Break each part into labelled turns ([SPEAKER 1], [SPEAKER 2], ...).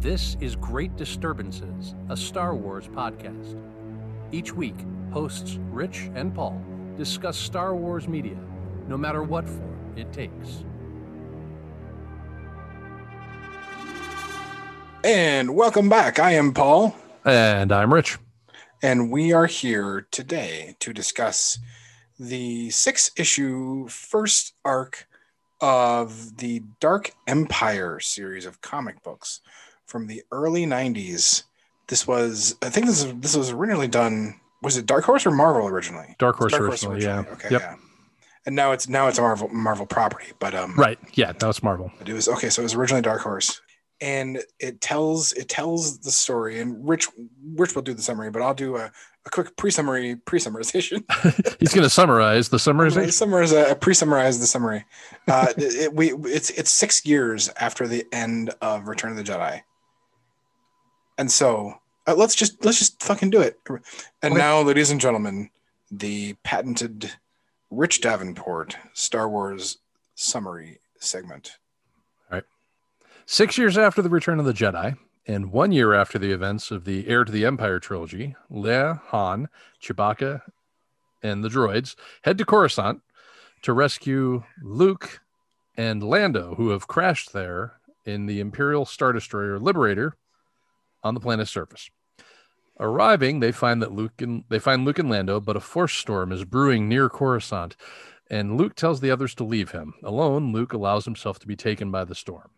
[SPEAKER 1] This is Great Disturbances, a Star Wars podcast. Each week, hosts Rich and Paul discuss Star Wars media, no matter what form it takes.
[SPEAKER 2] And welcome back. I am Paul,
[SPEAKER 1] And I'm Rich.
[SPEAKER 2] and we are here today to discuss the six issue first arc of the Dark Empire series of comic books from the early 90s. This was, I think this, this was originally done, was it Dark Horse or Marvel originally?
[SPEAKER 1] Dark Horse,
[SPEAKER 2] Dark
[SPEAKER 1] originally, yeah.
[SPEAKER 2] Okay,
[SPEAKER 1] Yep.
[SPEAKER 2] yeah. And now it's now it's a Marvel Marvel property, but um,
[SPEAKER 1] Right. Yeah, that was Marvel.
[SPEAKER 2] But it was okay. So it was originally Dark Horse, and it tells it tells the story. And Rich Rich will do the summary, but I'll do a, a quick pre-summary pre-summarization.
[SPEAKER 1] He's going to summarize the summarization.
[SPEAKER 2] Summarize a, a pre-summarize the summary. Uh, it, we it's it's six years after the end of Return of the Jedi, and so uh, let's just let's just fucking do it. And
[SPEAKER 1] Okay.
[SPEAKER 2] now, ladies and gentlemen, the patented Rich Davenport Star Wars summary segment.
[SPEAKER 1] Six years after the Return of the Jedi, and one year after the events of the Heir to the Empire trilogy, Leia, Han, Chewbacca, and the droids head to Coruscant to rescue Luke and Lando, who have crashed there in the Imperial Star Destroyer Liberator on the planet's surface. Arriving, they find that Luke and they find Luke and Lando, but a force storm is brewing near Coruscant, and Luke tells the others to leave him. Alone, Luke allows himself to be taken by the storm.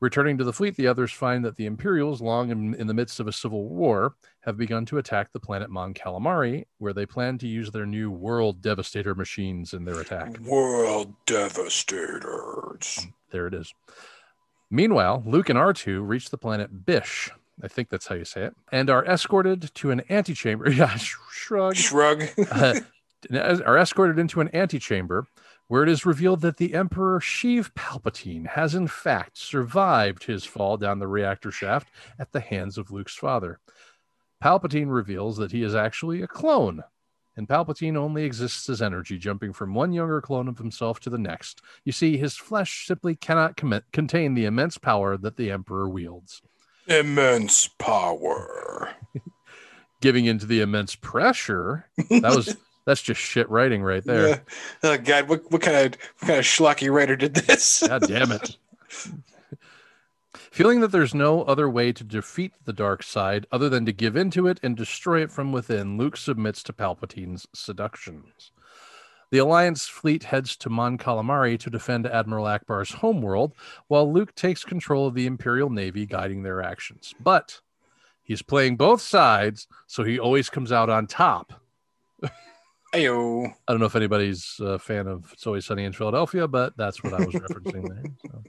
[SPEAKER 1] Returning to the fleet, the others find that the Imperials, long in, in the midst of a civil war, have begun to attack the planet Mon Calamari, where they plan to use their new world devastator machines in their attack.
[SPEAKER 2] World Devastators.
[SPEAKER 1] There it is. Meanwhile, Luke and R2 reach the planet Bish. I think that's how you say it, and are escorted to an antechamber. Yeah, sh- shrug.
[SPEAKER 2] Shrug.
[SPEAKER 1] Uh, are escorted into an antechamber where it is revealed that the Emperor Sheev Palpatine has in fact survived his fall down the reactor shaft at the hands of Luke's father. Palpatine reveals that he is actually a clone, and Palpatine only exists as energy, jumping from one younger clone of himself to the next. You see, his flesh simply cannot com- contain the immense power that the Emperor wields.
[SPEAKER 2] Immense power.
[SPEAKER 1] Giving into the immense pressure, that was that's just shit writing right there.
[SPEAKER 2] Yeah. Oh God, what, what kind of what kind of schlocky writer did this?
[SPEAKER 1] God damn it. Feeling that there's no other way to defeat the dark side other than to give in to it and destroy it from within, Luke submits to Palpatine's seductions. The Alliance fleet heads to Mon Calamari to defend Admiral Akbar's homeworld, while Luke takes control of the Imperial Navy, guiding their actions. But he's playing both sides, so he always comes out on top.
[SPEAKER 2] Ayo.
[SPEAKER 1] I don't know if anybody's a fan of It's Always Sunny in Philadelphia, but that's what I was referencing there. So.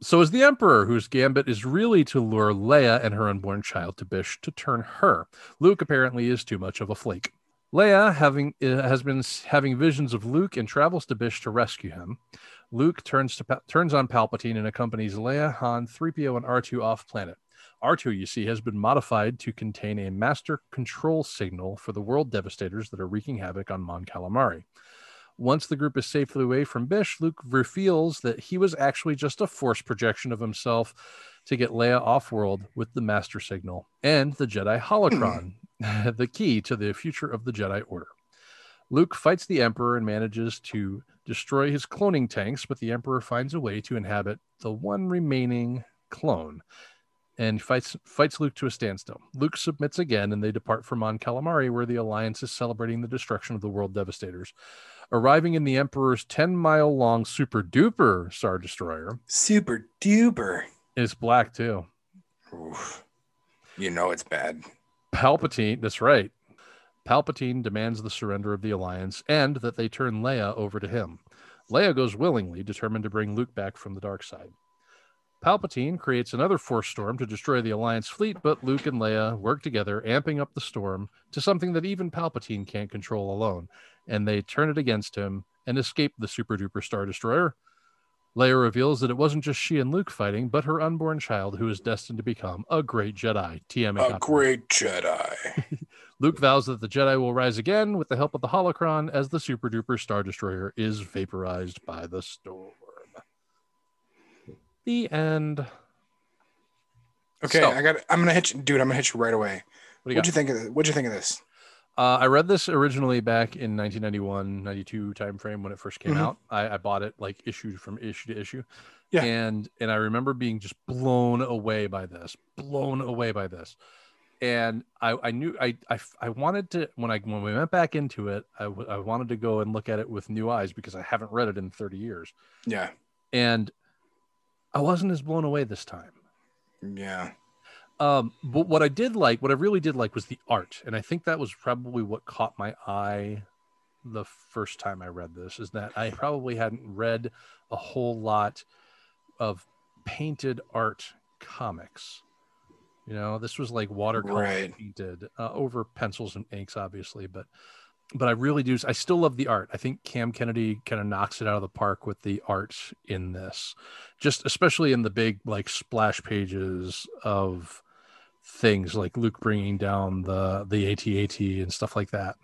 [SPEAKER 1] so is the Emperor, whose gambit is really to lure Leia and her unborn child to Bish to turn her. Luke apparently is too much of a flake. Leia having uh, has been s- having visions of Luke and travels to Bish to rescue him. Luke turns to Pa- turns on Palpatine and accompanies Leia, Han, 3PO, and R2 off planet. R2, you see, has been modified to contain a master control signal for the world devastators that are wreaking havoc on Mon Calamari. Once the group is safely away from Bish, Luke reveals that he was actually just a force projection of himself to get Leia off world with the master signal and the Jedi holocron, the key to the future of the Jedi Order. Luke fights the Emperor and manages to destroy his cloning tanks, but the Emperor finds a way to inhabit the one remaining clone and fights fights Luke to a standstill. Luke submits again, and they depart for Mon Calamari, where the Alliance is celebrating the destruction of the World Devastators. Arriving in the Emperor's ten mile long Super Duper Star Destroyer
[SPEAKER 2] Super duper.
[SPEAKER 1] is black too.
[SPEAKER 2] Oof. You know it's bad.
[SPEAKER 1] Palpatine, that's right. Palpatine demands the surrender of the Alliance and that they turn Leia over to him. Leia goes willingly, determined to bring Luke back from the dark side. Palpatine creates another force storm to destroy the Alliance fleet, but Luke and Leia work together, amping up the storm to something that even Palpatine can't control alone, and they turn it against him and escape the super duper Star Destroyer. Leia reveals that it wasn't just she and Luke fighting, but her unborn child who is destined to become a great Jedi. TM
[SPEAKER 2] A great Jedi.
[SPEAKER 1] Luke vows that the Jedi will rise again with the help of the Holocron as the super duper Star Destroyer is vaporized by the storm. The end.
[SPEAKER 2] Okay,
[SPEAKER 1] So-
[SPEAKER 2] I got. I'm gonna hit you, dude. I'm gonna hit you right away.
[SPEAKER 1] What do you
[SPEAKER 2] What'd
[SPEAKER 1] got?
[SPEAKER 2] you think of this? What'd you think of this?
[SPEAKER 1] Uh, I read this originally back in 1991, 92 timeframe when it first came
[SPEAKER 2] Mhm.
[SPEAKER 1] out. I, I bought it like issue from issue to issue.
[SPEAKER 2] Yeah.
[SPEAKER 1] And and I remember being just blown away by this, blown away by this. And I, I knew I, I I wanted to when I when we went back into it, I, w- I wanted to go and look at it with new eyes because I haven't read it in 30 years.
[SPEAKER 2] Yeah,
[SPEAKER 1] And I wasn't as blown away this time.
[SPEAKER 2] yeah,
[SPEAKER 1] Um, but what I did like, what I really did like was the art. And I think that was probably what caught my eye the first time I read this is that I probably hadn't read a whole lot of painted art comics. You know, this was like watercolor
[SPEAKER 2] Right.
[SPEAKER 1] painted uh, over pencils and inks, obviously, but but I really do. I still love the art. I think Cam Kennedy kind of knocks it out of the park with the art in this, just especially in the big like splash pages of things like Luke bringing down the the ATAT and stuff like that.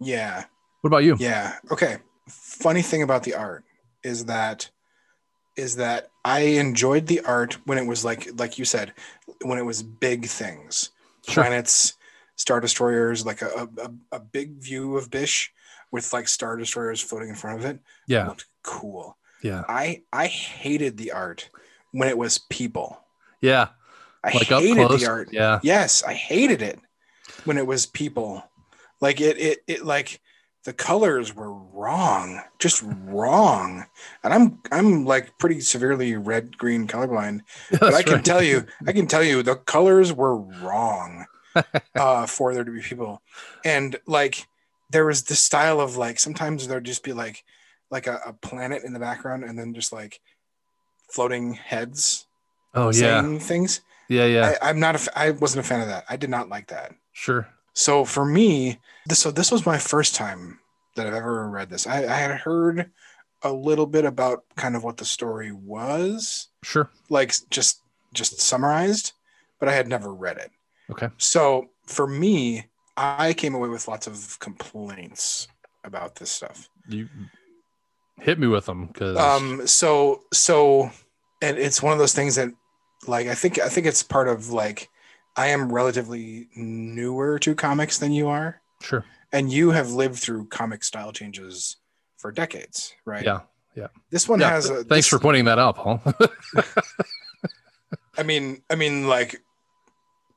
[SPEAKER 2] yeah,
[SPEAKER 1] What about you?
[SPEAKER 2] yeah. Okay. Funny thing about the art is that is that I enjoyed the art when it was like like you said when it was big things. planets, star destroyers, like a, a, a- a big view of Bish with like star destroyers floating in front of it.
[SPEAKER 1] Yeah.
[SPEAKER 2] Looked cool.
[SPEAKER 1] Yeah.
[SPEAKER 2] I I hated the art when it was people.
[SPEAKER 1] Yeah.
[SPEAKER 2] I
[SPEAKER 1] Like up
[SPEAKER 2] hated
[SPEAKER 1] close.
[SPEAKER 2] the art.
[SPEAKER 1] Yeah.
[SPEAKER 2] Yes, I hated it when it was people. Like it it it like the colors were wrong, just wrong. And I'm I'm like pretty severely red green colorblind but I
[SPEAKER 1] That's
[SPEAKER 2] can
[SPEAKER 1] right.
[SPEAKER 2] tell you, I can tell you the colors were wrong uh, for there to be people. And like there was this style of like sometimes there'd just be like like a, a planet in the background and then just like floating heads
[SPEAKER 1] Oh yeah.
[SPEAKER 2] saying things.
[SPEAKER 1] Yeah. Yeah.
[SPEAKER 2] I, I'm not a, f- I wasn't a fan of that. I did not like that.
[SPEAKER 1] sure.
[SPEAKER 2] So for me, this, so this was my first time that I've ever read this. I, I had heard a little bit about kind of what the story was
[SPEAKER 1] Sure.
[SPEAKER 2] like just just summarized, but I had never read it.
[SPEAKER 1] Okay.
[SPEAKER 2] So for me, I came away with lots of complaints about this stuff.
[SPEAKER 1] You hit me with them because
[SPEAKER 2] Um so so and it's one of those things that like I think I think it's part of like I am relatively newer to comics than you are
[SPEAKER 1] sure.
[SPEAKER 2] and you have lived through comic style changes for decades, right?
[SPEAKER 1] Yeah.
[SPEAKER 2] This one
[SPEAKER 1] Yeah.
[SPEAKER 2] has a
[SPEAKER 1] Thanks
[SPEAKER 2] this-
[SPEAKER 1] for pointing that out, Paul.
[SPEAKER 2] I mean, I mean, like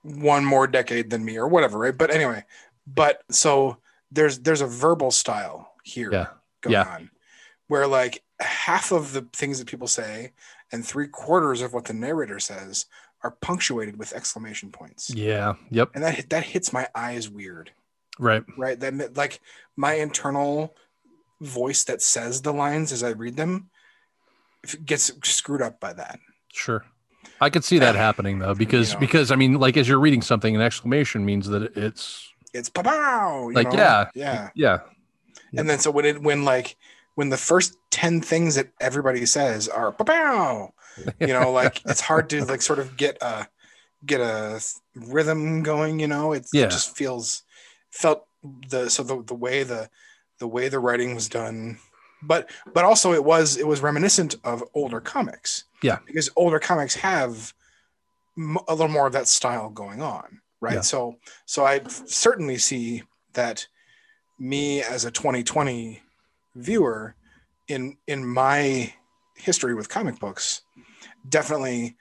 [SPEAKER 2] one more decade than me or whatever, right? But anyway, but so there's there's a verbal style here
[SPEAKER 1] yeah.
[SPEAKER 2] going
[SPEAKER 1] yeah.
[SPEAKER 2] on, where like half of the things that people say and three quarters of what the narrator says are punctuated with exclamation points,
[SPEAKER 1] Yeah. Yep.
[SPEAKER 2] and that that hits my eyes weird,
[SPEAKER 1] Right.
[SPEAKER 2] right? That mi- like my internal voice that says the lines as I read them if it gets screwed up by that.
[SPEAKER 1] Sure. I could see that
[SPEAKER 2] Uh,
[SPEAKER 1] happening though, because
[SPEAKER 2] know.
[SPEAKER 1] because I mean, like as you're reading something, an exclamation means that it's
[SPEAKER 2] It's pow
[SPEAKER 1] Like, yeah.
[SPEAKER 2] yeah.
[SPEAKER 1] yeah.
[SPEAKER 2] And then so when it when like when the first 10 things that everybody says are pow, you know, like it's hard to like sort of get a get a rhythm going, you know. It's,
[SPEAKER 1] Yeah.
[SPEAKER 2] It just feels felt the so the, the way the the way the writing was done but but also it was it was reminiscent of older comics.
[SPEAKER 1] Yeah.
[SPEAKER 2] Because older comics have m- a little more of that style going on, right?
[SPEAKER 1] Yeah.
[SPEAKER 2] So so I certainly see that me as a 2020 viewer in in my history with comic books definitely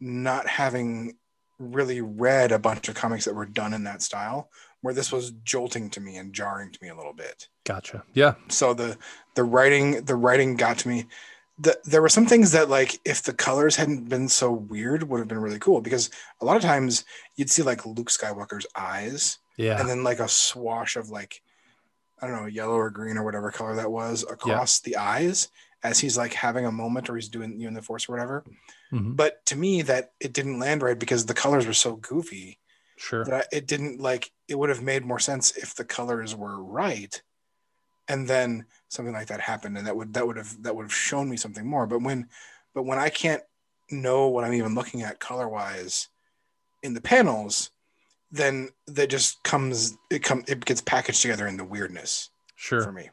[SPEAKER 2] not having really read a bunch of comics that were done in that style where this was jolting to me and jarring to me a little bit
[SPEAKER 1] Gotcha. Yeah.
[SPEAKER 2] so the the writing the writing got to me the, there were some things that like if the colors hadn't been so weird would have been really cool because a lot of times you'd see like luke skywalker's eyes
[SPEAKER 1] Yeah.
[SPEAKER 2] and then like a swash of like i don't know yellow or green or whatever color that was across the eyes as he's like having a moment or he's doing you in the force or whatever
[SPEAKER 1] Mhm.
[SPEAKER 2] but to me that it didn't land right because the colors were so goofy
[SPEAKER 1] Sure.
[SPEAKER 2] that I- it didn't like it would have made more sense if the colors were right and then something like that happened and that would that would have that would have shown me something more but when but when i can't know what i'm even looking at color wise in the panels then that just comes it come it gets packaged together in the weirdness
[SPEAKER 1] Sure.
[SPEAKER 2] for me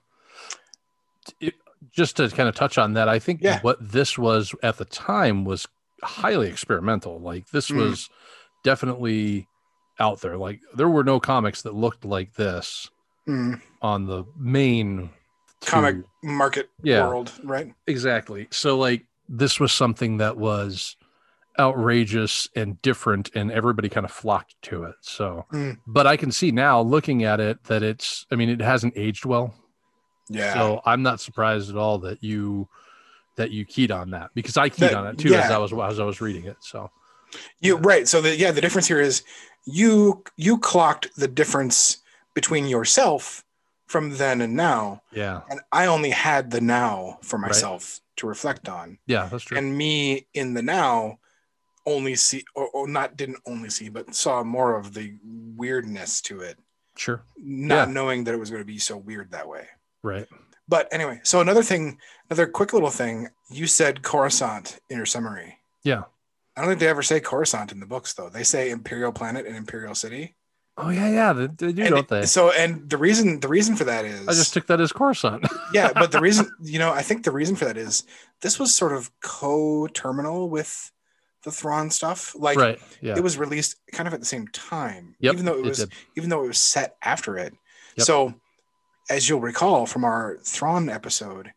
[SPEAKER 1] just to kind of touch on that, I think
[SPEAKER 2] Yeah.
[SPEAKER 1] what this was at the time was highly experimental. Like this
[SPEAKER 2] Mm.
[SPEAKER 1] was definitely out there. Like there were no comics that looked like this
[SPEAKER 2] Mm.
[SPEAKER 1] on the main two-
[SPEAKER 2] Comic market
[SPEAKER 1] Yeah.
[SPEAKER 2] world, right?
[SPEAKER 1] Exactly. So like this was something that was outrageous and different and everybody kind of flocked to it. So
[SPEAKER 2] Mm.
[SPEAKER 1] but I can see now looking at it that it's I mean it hasn't aged well.
[SPEAKER 2] Yeah.
[SPEAKER 1] So I'm not surprised at all that you that you keyed on that because I keyed
[SPEAKER 2] That-
[SPEAKER 1] on it too as
[SPEAKER 2] yeah.
[SPEAKER 1] I was as I was reading it. So
[SPEAKER 2] You right. So the yeah, the difference here is you you clocked the difference between yourself from then and now,
[SPEAKER 1] yeah.
[SPEAKER 2] and I only had the now for
[SPEAKER 1] Right.
[SPEAKER 2] myself to reflect on,
[SPEAKER 1] Yeah, that's true.
[SPEAKER 2] and me in the now only see or, or not didn't only see but saw more of the weirdness to it
[SPEAKER 1] sure.
[SPEAKER 2] not
[SPEAKER 1] Yeah.
[SPEAKER 2] knowing that it was going to be so weird that way
[SPEAKER 1] Right.
[SPEAKER 2] but anyway so another thing another quick little thing you said coruscant in your summary
[SPEAKER 1] Yeah.
[SPEAKER 2] I don't think they ever say Coruscant in the books, though. They say Imperial Planet and Imperial City.
[SPEAKER 1] Oh yeah, yeah. They, they do,
[SPEAKER 2] And
[SPEAKER 1] don't they?
[SPEAKER 2] So, and the reason the reason for that is,
[SPEAKER 1] I just took that as Coruscant.
[SPEAKER 2] yeah, but the reason you know, I think the reason for that is this was sort of co-terminal with the Thrawn stuff. Like
[SPEAKER 1] right. Yeah.
[SPEAKER 2] it was released kind of at the same time,
[SPEAKER 1] Yep,
[SPEAKER 2] even though it was
[SPEAKER 1] did.
[SPEAKER 2] even though it was set after it.
[SPEAKER 1] Yep.
[SPEAKER 2] So, as you'll recall from our Thrawn episode,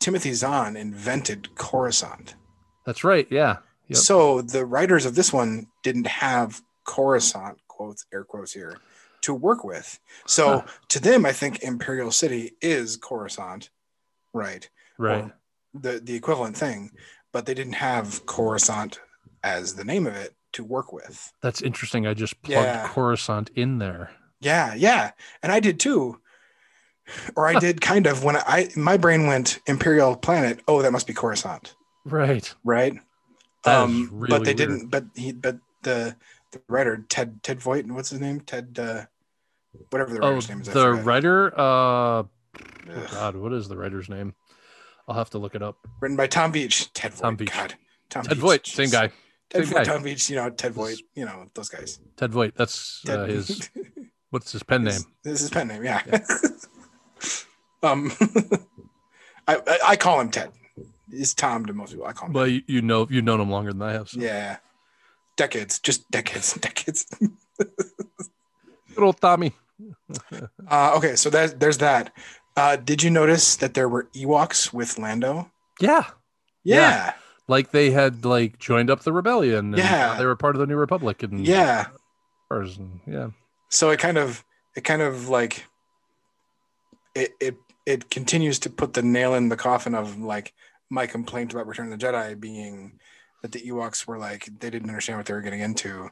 [SPEAKER 2] Timothy Zahn invented Coruscant.
[SPEAKER 1] That's right. Yeah. Yep.
[SPEAKER 2] So the writers of this one didn't have Coruscant quotes, air quotes here, to work with. So to them, I think Imperial City is Coruscant, right?
[SPEAKER 1] Right.
[SPEAKER 2] Or the the equivalent thing, but they didn't have Coruscant as the name of it to work with.
[SPEAKER 1] That's interesting. I just plugged
[SPEAKER 2] Yeah.
[SPEAKER 1] Coruscant in there.
[SPEAKER 2] Yeah, yeah, and I did too. Or I did kind of when I my brain went Imperial Planet. Oh, that must be Coruscant.
[SPEAKER 1] Right.
[SPEAKER 2] right?
[SPEAKER 1] That is
[SPEAKER 2] um,
[SPEAKER 1] really
[SPEAKER 2] but they
[SPEAKER 1] weird.
[SPEAKER 2] didn't. But he, but the the writer Ted Ted Voigt, what's his name? Ted, uh, whatever the
[SPEAKER 1] Oh,
[SPEAKER 2] writer's name is. I
[SPEAKER 1] the
[SPEAKER 2] forgot.
[SPEAKER 1] writer. Uh, oh
[SPEAKER 2] Ugh.
[SPEAKER 1] God, what is the writer's name? I'll have to look it up.
[SPEAKER 2] written by Tom Beach. Ted Voigt.
[SPEAKER 1] Tom Veitch.
[SPEAKER 2] God, Tom
[SPEAKER 1] Ted
[SPEAKER 2] Veitch,
[SPEAKER 1] Voigt,
[SPEAKER 2] jeez.
[SPEAKER 1] same guy. same
[SPEAKER 2] Ted Voigt,
[SPEAKER 1] guy.
[SPEAKER 2] Tom Beach. You know Ted Voigt. You know those guys.
[SPEAKER 1] Ted Voigt. That's
[SPEAKER 2] Ted,
[SPEAKER 1] uh, his. What's his pen name?
[SPEAKER 2] This, this is his pen name. Yeah. um, I, I I call him Ted. It's Tom to most people. I call him.
[SPEAKER 1] Well, you, you know, you've known him longer than I have. So.
[SPEAKER 2] Ted. Yeah. Decades, just decades, decades.
[SPEAKER 1] Good old Tommy.
[SPEAKER 2] Uh, okay, so there's, there's that. Uh, did you notice that there were Ewoks with Lando?
[SPEAKER 1] Yeah.
[SPEAKER 2] Yeah,
[SPEAKER 1] Like they had like joined up the rebellion. And
[SPEAKER 2] Yeah.
[SPEAKER 1] They were part of the new republic and
[SPEAKER 2] yeah.
[SPEAKER 1] person. Yeah.
[SPEAKER 2] So it kind of, it kind of like, it it it continues to put the nail in the coffin of like my complaint about Return of the Jedi being that the Ewoks were like they didn't understand what they were getting into.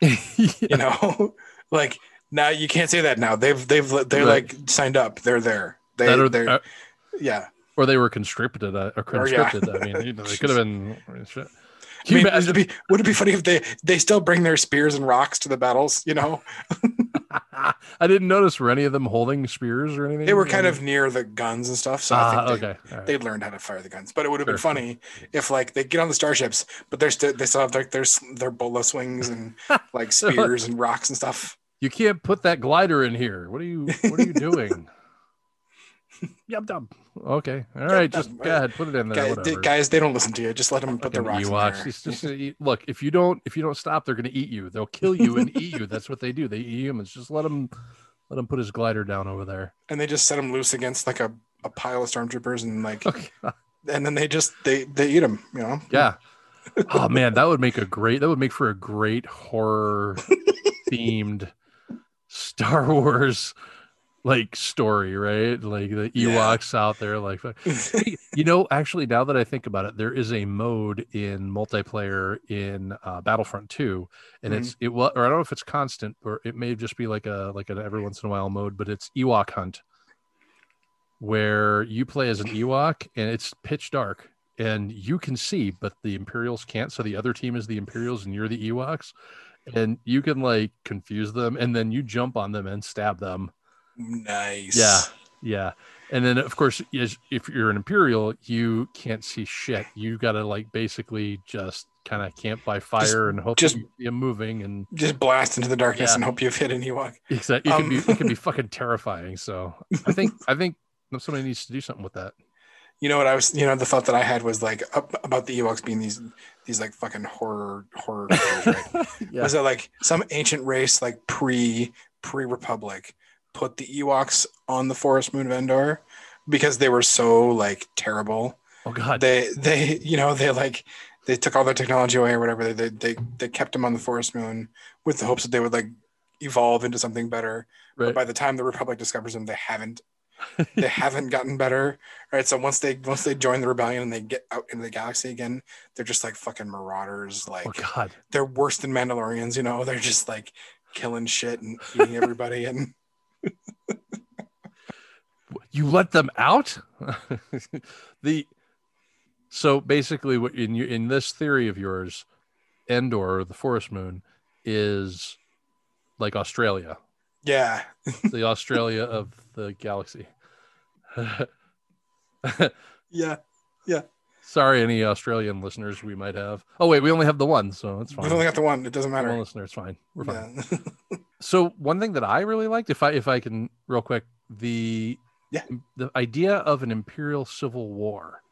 [SPEAKER 2] You know, like now you can't say that now. They've they've they're
[SPEAKER 1] Right.
[SPEAKER 2] like signed up. They're there. They
[SPEAKER 1] That or-
[SPEAKER 2] they're
[SPEAKER 1] uh,
[SPEAKER 2] yeah.
[SPEAKER 1] or they were conscripted uh, or
[SPEAKER 2] Or, yeah.
[SPEAKER 1] conscripted. I mean, you know, they could have been. Can
[SPEAKER 2] I
[SPEAKER 1] you
[SPEAKER 2] mean,
[SPEAKER 1] imagine-
[SPEAKER 2] would, it be, would it be funny if they they still bring their spears and rocks to the battles? You know,
[SPEAKER 1] I didn't notice were any of them holding spears or anything.
[SPEAKER 2] they were kind of near the guns and stuff, so I
[SPEAKER 1] Mm-hmm. Ah,
[SPEAKER 2] think they,
[SPEAKER 1] okay. all right.
[SPEAKER 2] they learned how to fire the guns. But it would have been
[SPEAKER 1] Sure.
[SPEAKER 2] funny if like they get on the starships, but they're still they still have like their their bola swings and like spears and rocks and stuff.
[SPEAKER 1] You can't put that glider in here. What are you? What are you doing? yum dum. Okay. All right.
[SPEAKER 2] dum.
[SPEAKER 1] Just go ahead. Put it in there.
[SPEAKER 2] guys,
[SPEAKER 1] whatever.
[SPEAKER 2] they, guys, they don't listen to you. Just let them put their
[SPEAKER 1] Fucking
[SPEAKER 2] rocks. in
[SPEAKER 1] Ewoks.
[SPEAKER 2] there.
[SPEAKER 1] It's just gonna eat- look. If you don't, if you don't stop, they're going to eat you. They'll kill you and eat you. That's what they do. They eat humans. Just let them. Let him put his glider down over there.
[SPEAKER 2] and they just set them loose against like a, a pile of stormtroopers and like
[SPEAKER 1] Okay.
[SPEAKER 2] and then they just they they eat them. You know,
[SPEAKER 1] Yeah. Oh man, that would make a great that would make for a great horror themed Star Wars like story, right? Like the
[SPEAKER 2] Yeah.
[SPEAKER 1] Ewoks out there like you know, actually now that I think about it, there is a mode in multiplayer in uh, Battlefront 2 and
[SPEAKER 2] Mm-hmm.
[SPEAKER 1] it's it was or I don't know if it's constant or it may just be like a like an every once in a while mode, but it's Ewok hunt where you play as an Ewok and it's pitch dark and you can see, but the Imperials can't. So the other team is the Imperials and you're the Ewoks. And you can like confuse them and then you jump on them and stab them.
[SPEAKER 2] nice.
[SPEAKER 1] Yeah. Yeah. And then of course, yes, if you're an Imperial, you can't see shit. You gotta like basically just kind of camp by fire and hope
[SPEAKER 2] just-
[SPEAKER 1] that you see 'em moving and
[SPEAKER 2] Just blast into the darkness
[SPEAKER 1] Yeah.
[SPEAKER 2] and hope you've hit an Ewok.
[SPEAKER 1] it's that- it
[SPEAKER 2] Um,
[SPEAKER 1] can be it can be fucking terrifying. So I think I think somebody needs to do something with that.
[SPEAKER 2] You know what I was? You know the thought that I had was like up, about the Ewoks being these these like fucking horror horror. creatures, right?
[SPEAKER 1] Yeah.
[SPEAKER 2] Was it like some ancient race like pre pre Republic put the Ewoks on the forest moon of Endor because they were so like terrible?
[SPEAKER 1] Oh God.
[SPEAKER 2] They they you know they like they took all their technology away or whatever. They they they kept them on the forest moon with the hopes that they would like evolve into something better.
[SPEAKER 1] Right.
[SPEAKER 2] But by the time the Republic discovers them, they haven't they haven't gotten better. Right. So once they once they join the rebellion and they get out into the galaxy again, they're just like fucking marauders. Like
[SPEAKER 1] Oh God.
[SPEAKER 2] they're worse than Mandalorians, you know. They're just like killing shit and eating everybody and
[SPEAKER 1] You let them out? the so basically what in your in this theory of yours, Endor, the forest moon, is like Australia.
[SPEAKER 2] yeah.
[SPEAKER 1] the Australia of the galaxy.
[SPEAKER 2] Yeah.
[SPEAKER 1] Sorry, any Australian listeners we might have. Oh wait, we only have the one, so it's fine.
[SPEAKER 2] We've only got the one, it doesn't
[SPEAKER 1] one
[SPEAKER 2] matter.
[SPEAKER 1] listener, it's fine. We're fine.
[SPEAKER 2] Yeah.
[SPEAKER 1] So one thing that I really liked, if I if I can real quick, the
[SPEAKER 2] Yeah.
[SPEAKER 1] the idea of an imperial civil war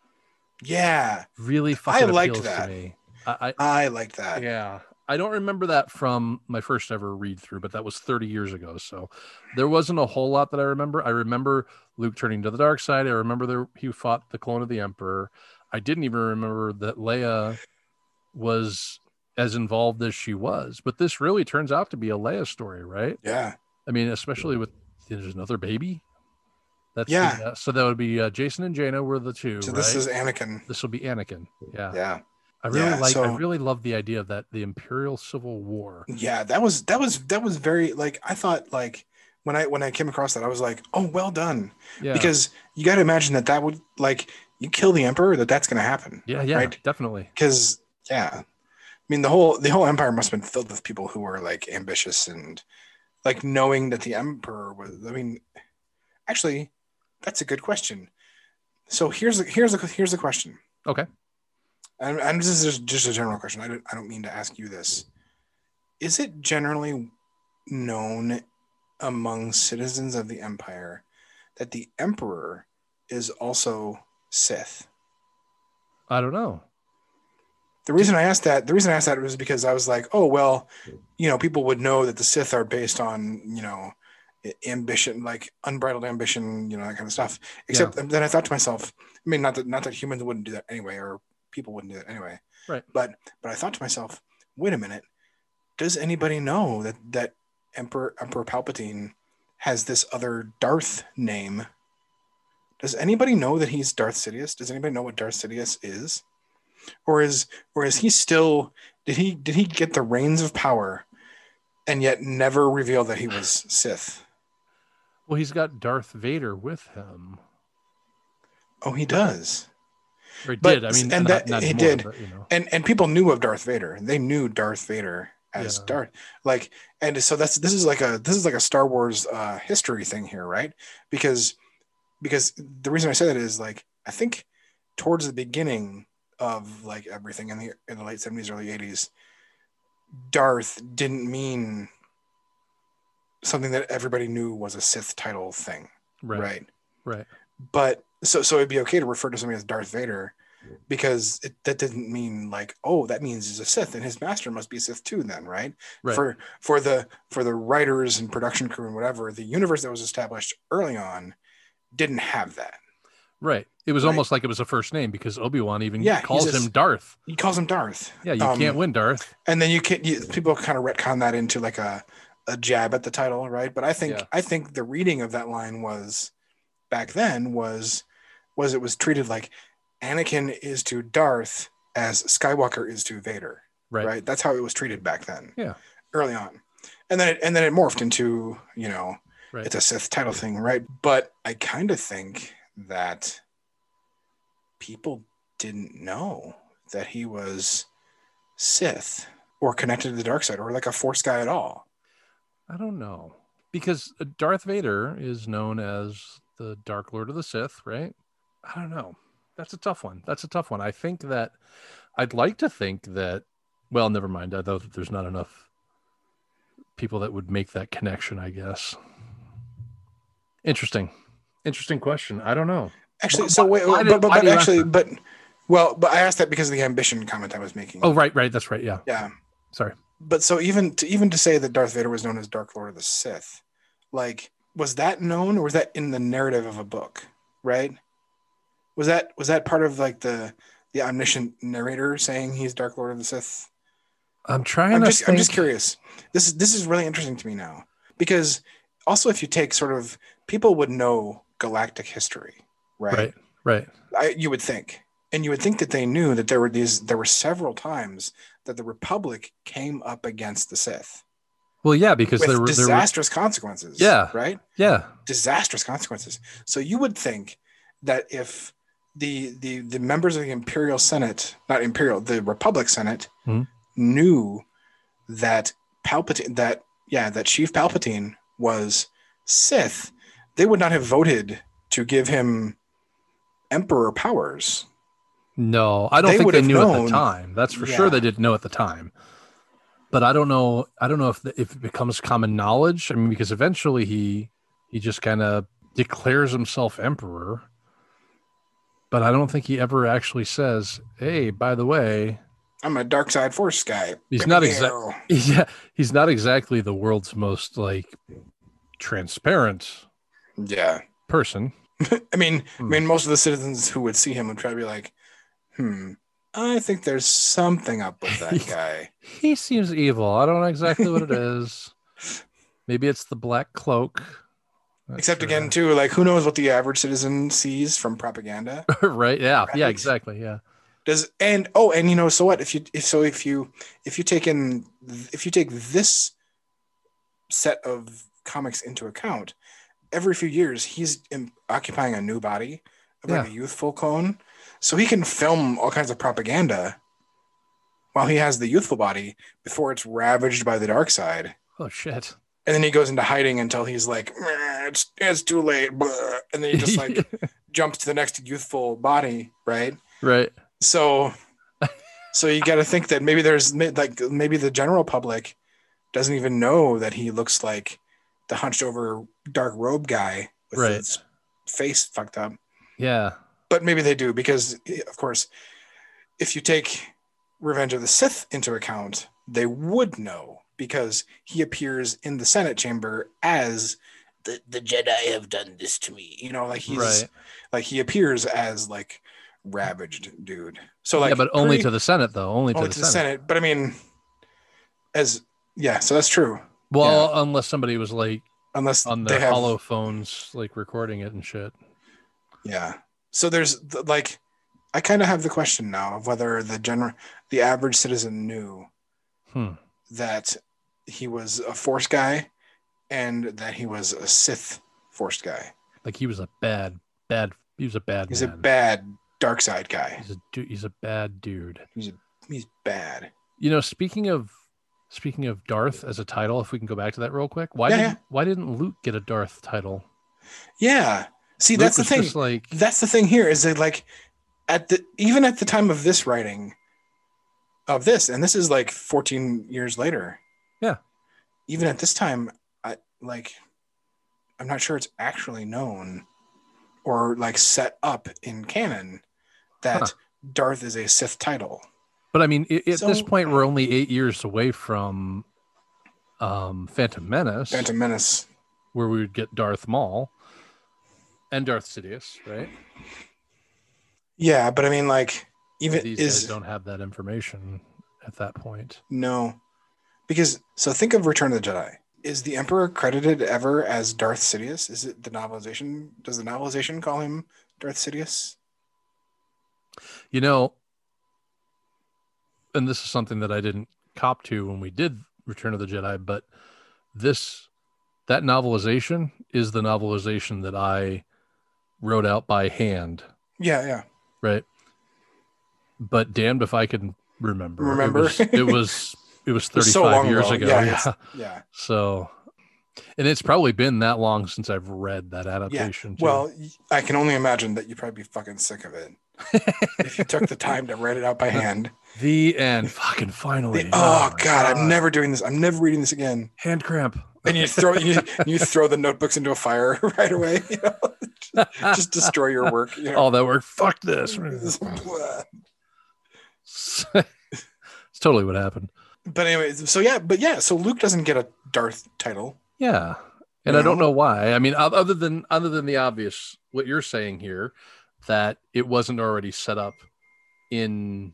[SPEAKER 2] yeah.
[SPEAKER 1] really fucking
[SPEAKER 2] liked
[SPEAKER 1] appeals
[SPEAKER 2] that.
[SPEAKER 1] to me. I,
[SPEAKER 2] I like
[SPEAKER 1] I
[SPEAKER 2] that.
[SPEAKER 1] yeah. I don't remember that from my first ever read through, but that was 30 years ago. So there wasn't a whole lot that I remember. I remember Luke turning to the dark side. I remember there he fought the clone of the Emperor. I didn't even remember that Leia was as involved as she was. But this really turns out to be a Leia story, right?
[SPEAKER 2] Yeah.
[SPEAKER 1] I mean, especially with there's another baby. That's the-
[SPEAKER 2] Yeah.
[SPEAKER 1] uh, so that would be uh, Jason and Jaina were the two.
[SPEAKER 2] So
[SPEAKER 1] right?
[SPEAKER 2] this is Anakin.
[SPEAKER 1] this will be Anakin. Yeah.
[SPEAKER 2] Yeah.
[SPEAKER 1] I really
[SPEAKER 2] Yeah,
[SPEAKER 1] like. I
[SPEAKER 2] so-
[SPEAKER 1] really love the idea of that the Imperial Civil War.
[SPEAKER 2] Yeah, that was that was that was very like I thought like when I when I came across that I was like, "Oh, well done."
[SPEAKER 1] Yeah.
[SPEAKER 2] Because you got to imagine that that would like you kill the emperor that that's going to happen.
[SPEAKER 1] yeah, yeah,
[SPEAKER 2] right?
[SPEAKER 1] definitely.
[SPEAKER 2] because yeah i mean the whole the whole empire must have been filled with people who were like ambitious and like knowing that the emperor was i mean actually that's a good question so here's the here's the here's the question
[SPEAKER 1] Okay.
[SPEAKER 2] and, and this is just, just a general question I don't, I don't mean to ask you this is it generally known among citizens of the empire that the emperor is also sith
[SPEAKER 1] I don't know.
[SPEAKER 2] the reason I asked that, the reason I asked that was because I was like, oh well, you know, people would know that the Sith are based on you know a- ambition, like unbridled ambition, you know, that kind of stuff. Except then I thought to myself, I mean, not that not that humans wouldn't do that anyway, or people wouldn't do that anyway.
[SPEAKER 1] Right.
[SPEAKER 2] But but I thought to myself, wait a minute, does anybody know that that Emperor Emperor Palpatine has this other Darth name? Does anybody know that he's Darth Sidious? Does anybody know what Darth Sidious is? Or is or is he still did he did he get the reins of power and yet never reveal that he was Sith?
[SPEAKER 1] Well, he's got Darth Vader with him.
[SPEAKER 2] Oh, he does.
[SPEAKER 1] Or he
[SPEAKER 2] But-
[SPEAKER 1] did. I mean,
[SPEAKER 2] and
[SPEAKER 1] not-
[SPEAKER 2] that-
[SPEAKER 1] not
[SPEAKER 2] he
[SPEAKER 1] anymore,
[SPEAKER 2] did.
[SPEAKER 1] but, you know.
[SPEAKER 2] and and people knew of Darth Vader. They knew Darth Vader as
[SPEAKER 1] Yeah.
[SPEAKER 2] Darth. Like, and so that's this is like a this is like a Star Wars uh, history thing here, right? Because because the reason I say that is like I think towards the beginning of like everything in the in the late seventies, early eighties, Darth didn't mean something that everybody knew was a Sith title thing
[SPEAKER 1] Right.
[SPEAKER 2] right
[SPEAKER 1] Right.
[SPEAKER 2] but so so it'd be okay to refer to somebody as darth vader because it, that didn't mean like oh that means he's a sith and his master must be a sith too then right?
[SPEAKER 1] Right.
[SPEAKER 2] for for the for the writers and production crew and whatever the universe that was established early on didn't have that
[SPEAKER 1] Right. It was
[SPEAKER 2] Right.
[SPEAKER 1] almost like it was a first name because Obi Wan even
[SPEAKER 2] Yeah, he
[SPEAKER 1] calls
[SPEAKER 2] says-
[SPEAKER 1] him Darth.
[SPEAKER 2] he calls him darth
[SPEAKER 1] Yeah, you
[SPEAKER 2] Um,
[SPEAKER 1] can't win Darth.
[SPEAKER 2] and then you can you, people kind of retcon that into like a a jab at the title right but i think
[SPEAKER 1] Yeah.
[SPEAKER 2] i think the reading of that line was back then was was it was treated like anakin is to darth as skywalker is to vader
[SPEAKER 1] Right.
[SPEAKER 2] right, that's how it was treated back then
[SPEAKER 1] Yeah.
[SPEAKER 2] early on and then it, and then it morphed into you know
[SPEAKER 1] Right.
[SPEAKER 2] it's a sith title thing right but i kind of think that people didn't know that he was Sith or connected to the dark side or like a force guy at all.
[SPEAKER 1] I don't know because uh, Darth Vader is known as the Dark Lord of the Sith, right? I don't know. That's a tough one. That's a tough one. I think that I'd like to think that. Well, never mind. I know that there's not enough people that would make that connection. I guess. Interesting. Interesting question. I don't know.
[SPEAKER 2] Actually, so wait,
[SPEAKER 1] why
[SPEAKER 2] but,
[SPEAKER 1] did-
[SPEAKER 2] but,
[SPEAKER 1] why
[SPEAKER 2] but
[SPEAKER 1] do you ask
[SPEAKER 2] actually,
[SPEAKER 1] that?
[SPEAKER 2] but well, but I asked that because of the ambition comment I was making.
[SPEAKER 1] Oh, right, right. That's right. Yeah.
[SPEAKER 2] yeah.
[SPEAKER 1] Sorry.
[SPEAKER 2] But so even to even to say that Darth Vader was known as Dark Lord of the Sith, like was that known or was that in the narrative of a book? Right? Was that was that part of like the the omniscient narrator saying he's Dark Lord of the Sith?
[SPEAKER 1] I'm trying
[SPEAKER 2] I'm
[SPEAKER 1] to.
[SPEAKER 2] just I'm just
[SPEAKER 1] think-
[SPEAKER 2] curious. This is this is really interesting to me now because also if you take sort of people would know galactic history, right?
[SPEAKER 1] Right. Right.
[SPEAKER 2] I, you would think, and you would think that they knew that there were these. There were several times that the Republic came up against the Sith
[SPEAKER 1] Well, yeah, because
[SPEAKER 2] with
[SPEAKER 1] there were, there were.
[SPEAKER 2] disastrous consequences.
[SPEAKER 1] Yeah.
[SPEAKER 2] right.
[SPEAKER 1] Yeah.
[SPEAKER 2] Disastrous consequences. So you would think that if the the the members of the Imperial Senate, not Imperial, the Republic Senate,
[SPEAKER 1] Mhm.
[SPEAKER 2] knew that Palpatine, that yeah, that Chief Palpatine was Sith, they would not have voted to give him Emperor powers.
[SPEAKER 1] No, I don't
[SPEAKER 2] They
[SPEAKER 1] think
[SPEAKER 2] would
[SPEAKER 1] they
[SPEAKER 2] have
[SPEAKER 1] knew at
[SPEAKER 2] known.
[SPEAKER 1] the time. That's for
[SPEAKER 2] Yeah.
[SPEAKER 1] sure. They didn't know at the time. But I don't know. I don't know if the, if it becomes common knowledge. I mean, because eventually he he just kind of declares himself emperor. But I don't think he ever actually says, "Hey, by the way,
[SPEAKER 2] I'm a dark side force guy.
[SPEAKER 1] He's not
[SPEAKER 2] exactly.
[SPEAKER 1] yeah, he's not exactly the world's most like transparent
[SPEAKER 2] Yeah,
[SPEAKER 1] person."
[SPEAKER 2] I mean, I
[SPEAKER 1] Hmm.
[SPEAKER 2] mean, most of the citizens who would see him would probably be like, "Hmm, I think there's something up with that guy."
[SPEAKER 1] He seems evil. I don't know exactly what it is. Maybe it's the black cloak. Not
[SPEAKER 2] Except
[SPEAKER 1] sure.
[SPEAKER 2] again, too, like who knows what the average citizen sees from propaganda?
[SPEAKER 1] right? Yeah. Yeah.
[SPEAKER 2] Right?
[SPEAKER 1] Exactly. Yeah.
[SPEAKER 2] Does and oh, and you know, so what if you if so if you if you take in if you take this set of comics into account, every few years he's in, occupying a new body of like a youthful clone, so he can film all kinds of propaganda while he has the youthful body before it's ravaged by the dark side.
[SPEAKER 1] Oh shit.
[SPEAKER 2] And then he goes into hiding until he's like, "Meh, it's, it's too late. blah," And then he just like jumps to the next youthful body, right?
[SPEAKER 1] right.
[SPEAKER 2] So, so you got to think that maybe there's ma- like maybe the general public doesn't even know that he looks like the hunched over dark robe guy with
[SPEAKER 1] Right.
[SPEAKER 2] his face fucked up.
[SPEAKER 1] Yeah.
[SPEAKER 2] But maybe they do because, eh, of course, if you take Revenge of the Sith into account, they would know because he appears in the Senate chamber as the, the Jedi have done this to me. You know, like he's
[SPEAKER 1] right.
[SPEAKER 2] like he appears as like ravaged dude. So like
[SPEAKER 1] yeah, but only
[SPEAKER 2] pretty-
[SPEAKER 1] to the Senate though. Only,
[SPEAKER 2] only
[SPEAKER 1] to the, Senate.
[SPEAKER 2] But I mean, as yeah, so that's true.
[SPEAKER 1] Well, unless somebody was like
[SPEAKER 2] Unless
[SPEAKER 1] on
[SPEAKER 2] they
[SPEAKER 1] their
[SPEAKER 2] have
[SPEAKER 1] hollow phones, like recording it and shit.
[SPEAKER 2] yeah. So there's th- like I kind of have the question now of whether the general the average citizen knew
[SPEAKER 1] Hmm.
[SPEAKER 2] that he was a force guy and that he was a Sith force guy.
[SPEAKER 1] Like he was a bad, bad. He was a bad.
[SPEAKER 2] He's a
[SPEAKER 1] man.
[SPEAKER 2] bad dark side guy.
[SPEAKER 1] He's a du- he's a bad dude.
[SPEAKER 2] He's bad.
[SPEAKER 1] You know, speaking of speaking of Darth as a title, if we can go back to that real quick, why
[SPEAKER 2] Yeah,
[SPEAKER 1] didn't why didn't Luke get a Darth title?
[SPEAKER 2] Yeah. See,
[SPEAKER 1] Luke
[SPEAKER 2] that's the
[SPEAKER 1] was
[SPEAKER 2] thing.
[SPEAKER 1] Just like
[SPEAKER 2] that's the thing here is that like at the even at the time of this writing of this and this is like 14 years later
[SPEAKER 1] Yeah.
[SPEAKER 2] even at this time i like i'm not sure it's actually known or like set up in canon that
[SPEAKER 1] Huh.
[SPEAKER 2] darth is a sith title
[SPEAKER 1] But I mean, i at this
[SPEAKER 2] So-
[SPEAKER 1] point, we're only eight years away from um, Phantom Menace,
[SPEAKER 2] phantom menace
[SPEAKER 1] where we would get Darth Maul and Darth Sidious, right?
[SPEAKER 2] yeah but i mean like even
[SPEAKER 1] These guys
[SPEAKER 2] is
[SPEAKER 1] don't have that information at that point.
[SPEAKER 2] no because so think of return of the jedi is the Emperor credited ever as Darth Sidious? Is it the novelization? Does the novelization call him Darth Sidious?
[SPEAKER 1] You know, and this is something that I didn't cop to when we did Return of the Jedi, but this that novelization is the novelization that I wrote out by hand,
[SPEAKER 2] Yeah, yeah.
[SPEAKER 1] right? But damned if I can remember.
[SPEAKER 2] Remember?
[SPEAKER 1] it was it was, it was
[SPEAKER 2] It was so
[SPEAKER 1] 35
[SPEAKER 2] long
[SPEAKER 1] years ago.
[SPEAKER 2] ago. Yeah,
[SPEAKER 1] Yeah,
[SPEAKER 2] it's- Yeah.
[SPEAKER 1] So, and it's probably been that long since I've read that adaptation. too.
[SPEAKER 2] Well, y- I can only imagine that you'd probably be fucking sick of it if you took the time to write it out by hand.
[SPEAKER 1] the end. Fucking finally.
[SPEAKER 2] The- oh
[SPEAKER 1] my
[SPEAKER 2] God, I'm never doing this. I'm never reading this again.
[SPEAKER 1] hand cramp.
[SPEAKER 2] And you throw you, you throw the notebooks into a fire right away. you know? Just destroy your work. You know?
[SPEAKER 1] All that work. Fuck this. it's totally what happened.
[SPEAKER 2] but anyway, so yeah, but yeah, so Luke doesn't get a Darth title.
[SPEAKER 1] Yeah. And I don't know why. I mean, o- other than other than the obvious, what you're saying here, that it wasn't already set up in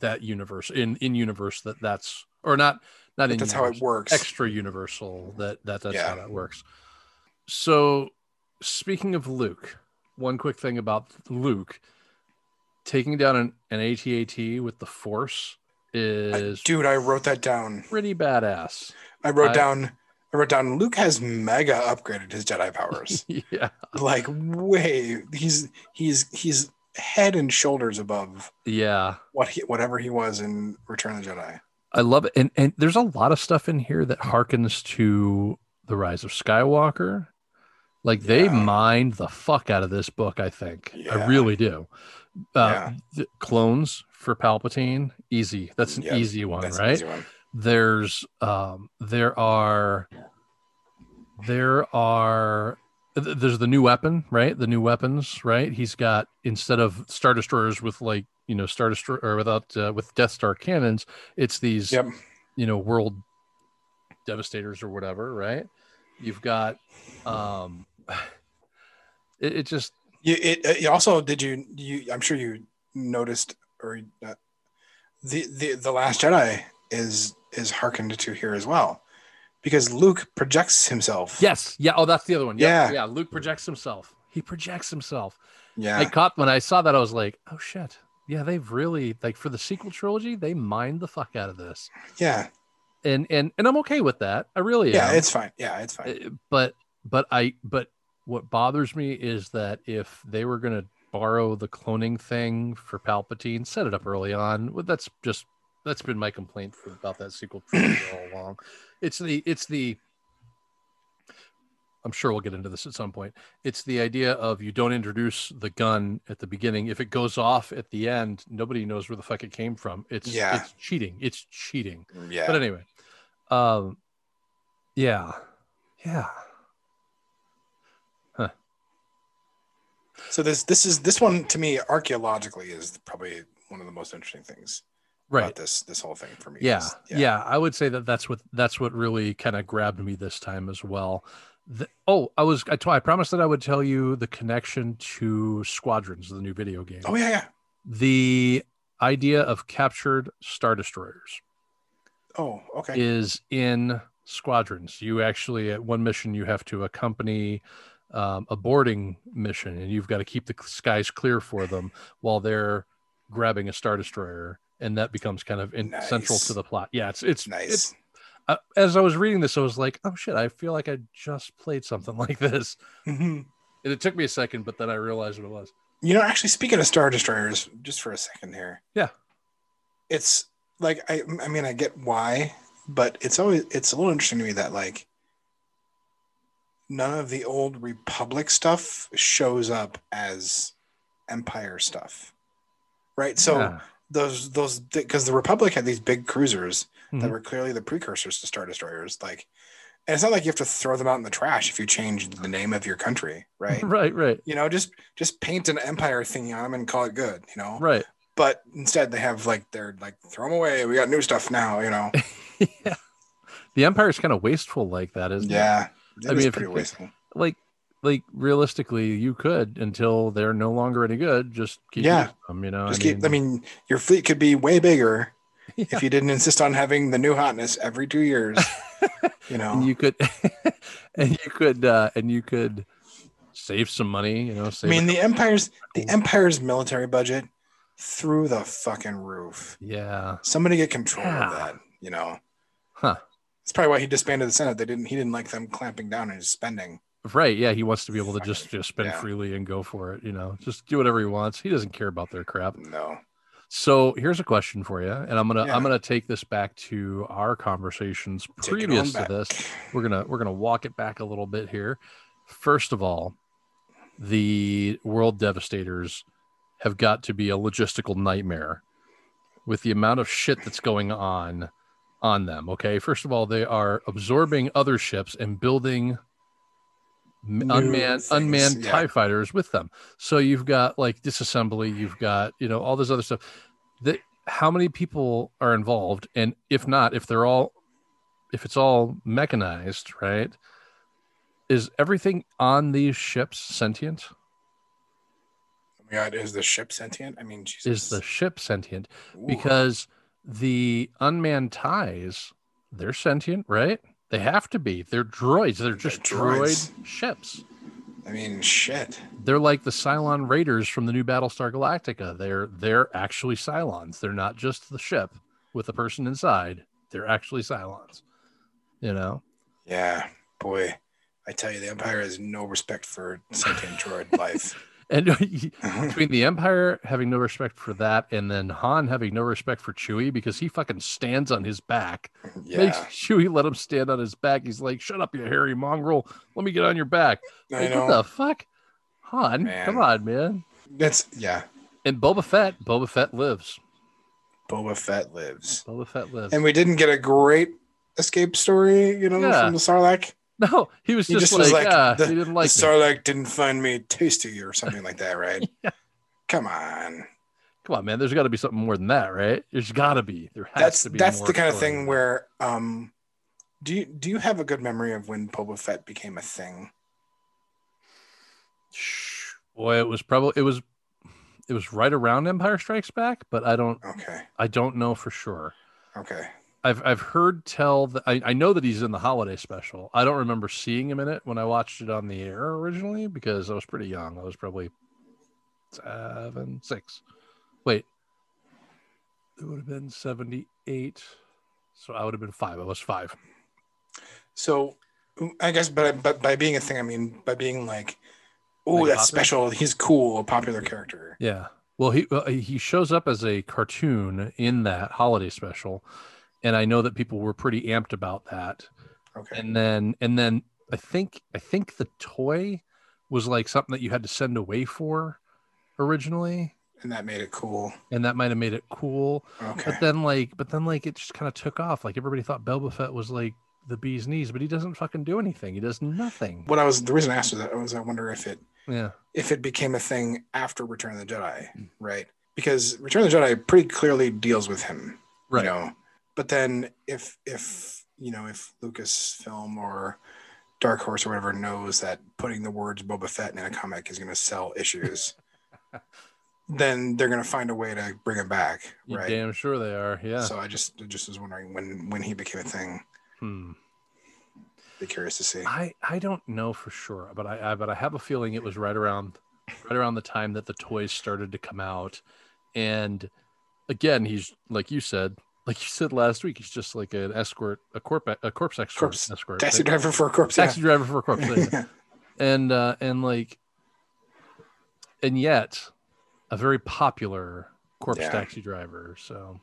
[SPEAKER 1] that universe, in in universe that that's or not not in
[SPEAKER 2] That's how it
[SPEAKER 1] universe,
[SPEAKER 2] works.
[SPEAKER 1] extra universal that that that's
[SPEAKER 2] Yeah.
[SPEAKER 1] how that works. So, speaking of Luke, one quick thing about Luke taking down an, an ATAT with the Force
[SPEAKER 2] I-
[SPEAKER 1] is
[SPEAKER 2] dude, I wrote that down.
[SPEAKER 1] pretty badass.
[SPEAKER 2] I wrote
[SPEAKER 1] I-
[SPEAKER 2] down. I wrote down. Luke has mega upgraded his Jedi powers.
[SPEAKER 1] yeah,
[SPEAKER 2] like way, he's he's he's head and shoulders above
[SPEAKER 1] yeah.
[SPEAKER 2] what he, whatever he was in Return of the Jedi.
[SPEAKER 1] I love it. And and there's a lot of stuff in here that harkens to the rise of Skywalker. Like they
[SPEAKER 2] Yeah.
[SPEAKER 1] mined the fuck out of this book, I think. I
[SPEAKER 2] Yeah.
[SPEAKER 1] really do. Uh,
[SPEAKER 2] Yeah.
[SPEAKER 1] th- clones for Palpatine, easy. That's an
[SPEAKER 2] Yeah,
[SPEAKER 1] easy one,
[SPEAKER 2] That's an
[SPEAKER 1] right?
[SPEAKER 2] easy one.
[SPEAKER 1] There's um there are there are th- there's the new weapon, right? The new weapons, right? He's got instead of star destroyers with like, you know, star destroyer or without uh, with Death Star cannons, it's these
[SPEAKER 2] Yep.
[SPEAKER 1] you know world devastators or whatever right you've got um it, it just
[SPEAKER 2] You, it, it also did you you I'm sure you noticed or uh, the the the Last Jedi is is hearkened to here as well because Luke projects himself.
[SPEAKER 1] yes yeah oh that's the other one Yep,
[SPEAKER 2] Yeah.
[SPEAKER 1] yeah luke projects himself he projects himself
[SPEAKER 2] Yeah.
[SPEAKER 1] i caught when i saw that i was like oh shit yeah they've really like for the sequel trilogy they mined the fuck out of this
[SPEAKER 2] yeah.
[SPEAKER 1] and and and i'm okay with that i really
[SPEAKER 2] Yeah.
[SPEAKER 1] am.
[SPEAKER 2] It's fine. Yeah. It's fine.
[SPEAKER 1] Uh, but but I but what bothers me is that if they were going to borrow the cloning thing for Palpatine, set it up early on. Well, that's just that's been my complaint for, about that sequel trilogy all along. It's the it's the I'm sure we'll get into this at some point. It's the idea of you don't introduce the gun at the beginning. If it goes off at the end, nobody knows where the fuck it came from. It's
[SPEAKER 2] Yeah.
[SPEAKER 1] it's cheating. It's cheating.
[SPEAKER 2] yeah.
[SPEAKER 1] But anyway, um, yeah, yeah,
[SPEAKER 2] so this this is this one to me archaeologically is probably one of the most interesting things about
[SPEAKER 1] right,
[SPEAKER 2] this this whole thing for me.
[SPEAKER 1] yeah,
[SPEAKER 2] is-
[SPEAKER 1] yeah, I would say that that's what that's what really kind of grabbed me this time as well. The, oh, I was I told- I promised that I would tell you the connection to Squadrons, the new video game.
[SPEAKER 2] Oh yeah. Yeah.
[SPEAKER 1] The idea of captured star destroyers
[SPEAKER 2] Oh okay.
[SPEAKER 1] is in squadrons. You actually, at one mission, you have to accompany um, a boarding mission, and you've got to keep the skies clear for them while they're grabbing a star destroyer, and that becomes kind of in- central
[SPEAKER 2] Nice.
[SPEAKER 1] to the plot. Yeah, it's it's it's-
[SPEAKER 2] nice.
[SPEAKER 1] uh, as I was reading this, I was like, oh shit, I feel like I just played something like this,
[SPEAKER 2] Mhm.
[SPEAKER 1] and it took me a second, but then I realized what it was.
[SPEAKER 2] You know, actually, speaking of Star Destroyers, just for a second here.
[SPEAKER 1] Yeah.
[SPEAKER 2] It's like I, I mean, I get why, but it's always it's a little interesting to me that like none of the old Republic stuff shows up as Empire stuff, right? So
[SPEAKER 1] Yeah.
[SPEAKER 2] those those because the Republic had these big cruisers that
[SPEAKER 1] Mhm.
[SPEAKER 2] were clearly the precursors to Star Destroyers, like. And it's not like you have to throw them out in the trash if you change the name of your country, right?
[SPEAKER 1] right, right,
[SPEAKER 2] you know just just paint an empire thingy on them and call it good you know
[SPEAKER 1] right.
[SPEAKER 2] but instead they have like they're like throw them away we got new stuff now you know
[SPEAKER 1] yeah, the empire is kind of wasteful like that, isn't it?
[SPEAKER 2] yeah
[SPEAKER 1] I
[SPEAKER 2] It
[SPEAKER 1] mean,
[SPEAKER 2] is
[SPEAKER 1] if
[SPEAKER 2] pretty
[SPEAKER 1] you-
[SPEAKER 2] wasteful
[SPEAKER 1] like like realistically you could until they're no longer any good just keep
[SPEAKER 2] Yeah.
[SPEAKER 1] using them you know
[SPEAKER 2] just keep i mean your fleet could be way bigger
[SPEAKER 1] Yeah.
[SPEAKER 2] if you didn't insist on having the new hotness every two years you know
[SPEAKER 1] and you could and you could uh and you could save some money you know
[SPEAKER 2] i
[SPEAKER 1] save
[SPEAKER 2] mean the empire's the empire's military budget through the fucking roof
[SPEAKER 1] yeah
[SPEAKER 2] somebody get control
[SPEAKER 1] Yeah.
[SPEAKER 2] of that you know
[SPEAKER 1] Huh.
[SPEAKER 2] that's probably why he disbanded the senate they didn't he didn't like them clamping down on his spending
[SPEAKER 1] right yeah he wants to be able to just
[SPEAKER 2] Fucking-
[SPEAKER 1] just spend
[SPEAKER 2] yeah.
[SPEAKER 1] freely and go for it you know just do whatever he wants he doesn't care about their crap
[SPEAKER 2] no
[SPEAKER 1] so here's a question for you and i'm gonna
[SPEAKER 2] Yeah.
[SPEAKER 1] i'm gonna take this back to our conversations
[SPEAKER 2] Take it
[SPEAKER 1] previous
[SPEAKER 2] on
[SPEAKER 1] to this
[SPEAKER 2] back. Oh
[SPEAKER 1] we're gonna we're gonna walk it back a little bit here. First of all, the world devastators have got to be a logistical nightmare with the amount of shit that's going on on them. Okay, first of all, they are absorbing other ships and building m-
[SPEAKER 2] New
[SPEAKER 1] unmanned
[SPEAKER 2] things,
[SPEAKER 1] unmanned
[SPEAKER 2] yeah.
[SPEAKER 1] tie fighters with them so you've got like disassembly you've got you know all this other stuff that how many people are involved and if not if they're all if it's all mechanized right is everything on these ships sentient
[SPEAKER 2] Oh my God, is the ship sentient? I mean, Jesus.
[SPEAKER 1] is the ship sentient
[SPEAKER 2] Ooh.
[SPEAKER 1] because the unmanned ties they're sentient right they have to be they're droids they're just
[SPEAKER 2] droids.
[SPEAKER 1] droid ships
[SPEAKER 2] I mean, shit.
[SPEAKER 1] they're like the Cylon Raiders from the new Battlestar Galactica. They're they're actually Cylons. They're not just the ship with the person inside. They're actually Cylons. You know,
[SPEAKER 2] Yeah, boy. I tell you, the Empire has no respect for sentient droid life.
[SPEAKER 1] and between the Empire having no respect for that, and then Han having no respect for Chewie because he fucking stands on his back. Makes
[SPEAKER 2] yeah,
[SPEAKER 1] Chewie let him stand on his back. He's like, "Shut up, you hairy mongrel! Let me get on your back."
[SPEAKER 2] I
[SPEAKER 1] Like, What
[SPEAKER 2] know.
[SPEAKER 1] the fuck, Han?
[SPEAKER 2] Man.
[SPEAKER 1] Come on, man.
[SPEAKER 2] That's yeah.
[SPEAKER 1] And Boba Fett. Boba Fett lives.
[SPEAKER 2] Boba Fett lives,
[SPEAKER 1] Boba Fett lives.
[SPEAKER 2] and we didn't get a great escape story. You know,
[SPEAKER 1] Yeah.
[SPEAKER 2] from the Sarlacc.
[SPEAKER 1] No, he was
[SPEAKER 2] He
[SPEAKER 1] just,
[SPEAKER 2] just
[SPEAKER 1] like,
[SPEAKER 2] was like,
[SPEAKER 1] "Ah,
[SPEAKER 2] the-
[SPEAKER 1] he didn't
[SPEAKER 2] the
[SPEAKER 1] like me.
[SPEAKER 2] Sarlacc didn't find me tasty or something like that, right? Come on.
[SPEAKER 1] Come on, man. There's got to be something more than that, right? There's got to be. There has
[SPEAKER 2] That's
[SPEAKER 1] to be.
[SPEAKER 2] that's
[SPEAKER 1] more
[SPEAKER 2] the kind of
[SPEAKER 1] story.
[SPEAKER 2] thing where um do you do you have a good memory of when Boba Fett became a thing?
[SPEAKER 1] Shh. boy, it was probably it was it was right around Empire Strikes Back, but I don't
[SPEAKER 2] Okay.
[SPEAKER 1] I don't know for sure.
[SPEAKER 2] Okay.
[SPEAKER 1] I've I've heard tell that I, I know that he's in the holiday special. I don't remember seeing him in it when I watched it on the air originally because I was pretty young. I was probably seven, six. Wait, it would have been seventy-eight, so I would have been five. I was five.
[SPEAKER 2] So I guess but I, but by being a thing I mean by being like oh
[SPEAKER 1] Like a
[SPEAKER 2] that's
[SPEAKER 1] popular-
[SPEAKER 2] special, he's cool, a popular character.
[SPEAKER 1] Yeah. Well, he uh, he shows up as a cartoon in that holiday special, and I know that people were pretty amped about that.
[SPEAKER 2] Okay.
[SPEAKER 1] and then and then i think i think the toy was like something that you had to send away for originally
[SPEAKER 2] And that made it cool.
[SPEAKER 1] and that might have made it cool
[SPEAKER 2] Okay.
[SPEAKER 1] but then like but then like it just kind of took off like everybody thought Boba Fett was like the bee's knees but he doesn't fucking do anything he does nothing
[SPEAKER 2] What I was the reason I asked was that was I wonder if it
[SPEAKER 1] yeah
[SPEAKER 2] if it became a thing after Return of the Jedi,
[SPEAKER 1] Hmm.
[SPEAKER 2] right? Because Return of the Jedi pretty clearly deals with him.
[SPEAKER 1] right
[SPEAKER 2] you know but then if if you know if lucasfilm or dark horse or whatever knows that putting the words boba fett in a comic is going to sell issues then they're going to find a way to bring him back
[SPEAKER 1] you
[SPEAKER 2] right
[SPEAKER 1] damn sure they are yeah
[SPEAKER 2] so i just I just was wondering when when he became a thing
[SPEAKER 1] hmm.
[SPEAKER 2] be curious to see
[SPEAKER 1] I I don't know for sure, but I, I but I have a feeling it was right around right around the time that the toys started to come out, and again he's like you said, like you said last week, he's just like an escort, a corp, a corpse escort,
[SPEAKER 2] Corpse-
[SPEAKER 1] escort,
[SPEAKER 2] taxi driver for a corpse
[SPEAKER 1] taxi driver for a corpse, there you go.
[SPEAKER 2] yeah.
[SPEAKER 1] and uh, and like, and yet a very popular corpse
[SPEAKER 2] Yeah.
[SPEAKER 1] taxi driver. So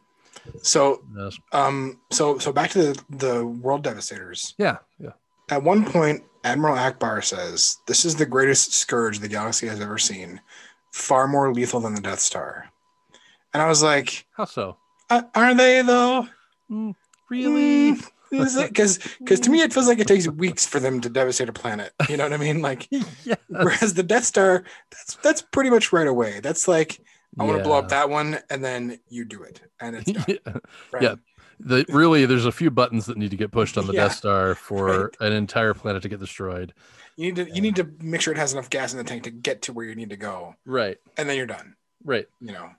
[SPEAKER 2] so
[SPEAKER 1] that's-
[SPEAKER 2] um so so back to the the world devastators
[SPEAKER 1] yeah, yeah,
[SPEAKER 2] At one point, Admiral Akbar says, This is the greatest scourge the galaxy has ever seen, far more lethal than the Death Star. And I was like,
[SPEAKER 1] how so?
[SPEAKER 2] "Uh, Are they though?
[SPEAKER 1] Mm, really?
[SPEAKER 2] Because Mm, to me, it feels like it takes weeks for them to devastate a planet. You know what I mean? Like,
[SPEAKER 1] yeah.
[SPEAKER 2] whereas the Death Star, that's that's pretty much right away. That's like, I want to blow
[SPEAKER 1] Yeah.
[SPEAKER 2] up that one, and then you do it, and it's done.
[SPEAKER 1] Yeah.
[SPEAKER 2] Right?
[SPEAKER 1] Yeah. the really there's a few buttons that need to get pushed on the
[SPEAKER 2] Yeah,
[SPEAKER 1] Death Star for an entire planet to get destroyed.
[SPEAKER 2] You need to you need to make sure it has enough gas in the tank to get to where you need to go,
[SPEAKER 1] Right.
[SPEAKER 2] and then you're done.
[SPEAKER 1] Right.
[SPEAKER 2] You know.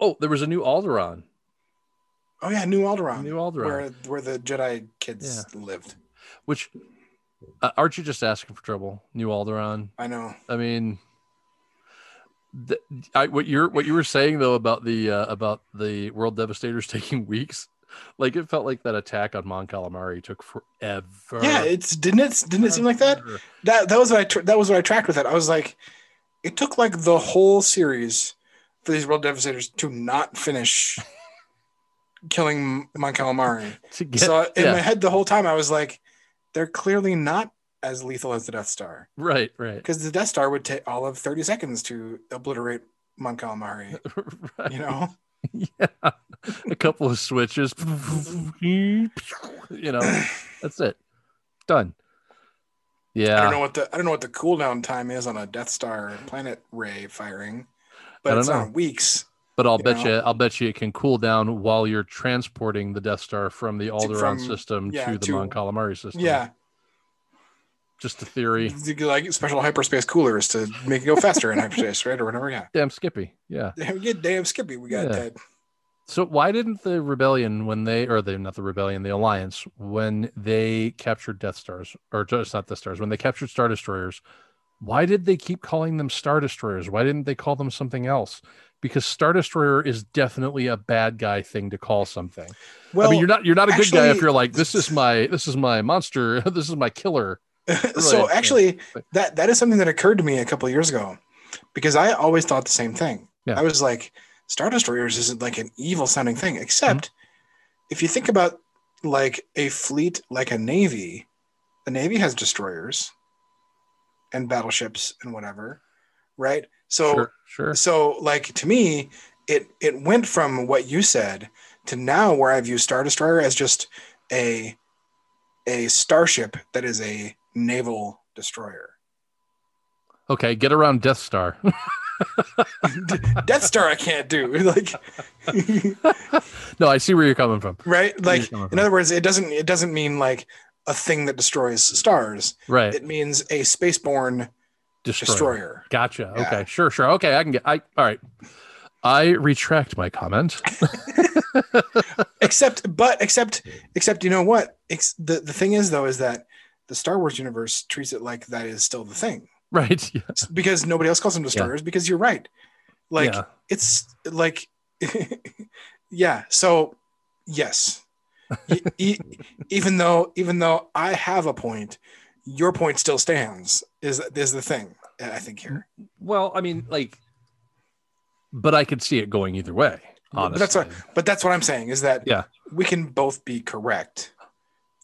[SPEAKER 1] Oh, there was a new Alderaan.
[SPEAKER 2] Oh yeah, New Alderaan.
[SPEAKER 1] New Alderaan.
[SPEAKER 2] where where the Jedi kids lived.
[SPEAKER 1] Which uh, aren't you just asking for trouble? New Alderaan.
[SPEAKER 2] I know.
[SPEAKER 1] I mean, th- I, what you're what you were saying though about the uh, about the World Devastators taking weeks, like it felt like that attack on Mon Calamari took forever.
[SPEAKER 2] Yeah, it's didn't it didn't it seem like that? That that was what I tr that was what I tracked with it. I was like, it took like the whole series for these world devastators to not finish killing Mon Calamari.
[SPEAKER 1] To get,
[SPEAKER 2] so in
[SPEAKER 1] yeah.
[SPEAKER 2] my head the whole time I was like, they're clearly not as lethal as the Death Star
[SPEAKER 1] right, right,
[SPEAKER 2] because the Death Star would take all of thirty seconds to obliterate Mon Calamari.
[SPEAKER 1] right.
[SPEAKER 2] You know.
[SPEAKER 1] yeah a couple of switches you know that's it done Yeah.
[SPEAKER 2] I don't know what the I don't know what the cooldown time is on a Death Star planet ray firing,
[SPEAKER 1] I
[SPEAKER 2] but
[SPEAKER 1] don't
[SPEAKER 2] it's
[SPEAKER 1] know.
[SPEAKER 2] on weeks
[SPEAKER 1] But I'll
[SPEAKER 2] You
[SPEAKER 1] bet
[SPEAKER 2] know?
[SPEAKER 1] you, I'll bet you it can cool down while you're transporting the Death Star from the Alderaan
[SPEAKER 2] from-
[SPEAKER 1] system
[SPEAKER 2] yeah,
[SPEAKER 1] to the
[SPEAKER 2] to-
[SPEAKER 1] Mon Calamari system.
[SPEAKER 2] yeah
[SPEAKER 1] just a theory.
[SPEAKER 2] you get, like special hyperspace coolers to make it go faster in hyperspace right or whatever yeah
[SPEAKER 1] Damn Skippy. Yeah.
[SPEAKER 2] damn, yeah, damn skippy we got
[SPEAKER 1] Yeah.
[SPEAKER 2] that
[SPEAKER 1] So why didn't the rebellion when they or the not the rebellion the alliance when they captured Death Stars or just not Death Stars when they captured Star Destroyers? Why did they keep calling them Star Destroyers? Why didn't they call them something else? Because Star Destroyer is definitely a bad guy thing to call something.
[SPEAKER 2] well
[SPEAKER 1] I mean, you're not you're not a good guy if
[SPEAKER 2] actually-
[SPEAKER 1] you're like this is my this is my monster, this is my killer.
[SPEAKER 2] so
[SPEAKER 1] Right.
[SPEAKER 2] actually
[SPEAKER 1] Yeah.
[SPEAKER 2] that that is something that occurred to me a couple years ago because i always thought the same thing
[SPEAKER 1] Yeah.
[SPEAKER 2] i was like star destroyers isn't like an evil sounding thing except
[SPEAKER 1] Mm-hmm.
[SPEAKER 2] if you think about like a fleet like a navy the navy has destroyers and battleships and whatever right so
[SPEAKER 1] sure, sure.
[SPEAKER 2] so like to me it it went from what you said to now where i view star destroyer as just a a starship that is a naval destroyer
[SPEAKER 1] Okay, get around Death Star.
[SPEAKER 2] death star i can't do like
[SPEAKER 1] no, I see where you're coming from.
[SPEAKER 2] right
[SPEAKER 1] You're
[SPEAKER 2] like
[SPEAKER 1] coming
[SPEAKER 2] in
[SPEAKER 1] from.
[SPEAKER 2] other words it doesn't it doesn't mean like a thing that destroys stars
[SPEAKER 1] right,
[SPEAKER 2] it means a spaceborne
[SPEAKER 1] destroy.
[SPEAKER 2] destroyer
[SPEAKER 1] Gotcha.
[SPEAKER 2] Yeah.
[SPEAKER 1] Okay. Sure. Sure. Okay. I can get. I all right. I retract my comment.
[SPEAKER 2] except but except except you know what Ex- the, the thing is though is that the star wars universe treats it like that is still the thing
[SPEAKER 1] Right. Yeah.
[SPEAKER 2] because nobody else calls them destroyers because you're right like
[SPEAKER 1] Yeah.
[SPEAKER 2] it's like yeah so yes E- e- even though even though i have a point your point still stands is is the thing i think here
[SPEAKER 1] Well, I mean, like, but I could see it going either way. Honestly.
[SPEAKER 2] But that's what- but that's what i'm saying is that
[SPEAKER 1] Yeah.
[SPEAKER 2] we can both be correct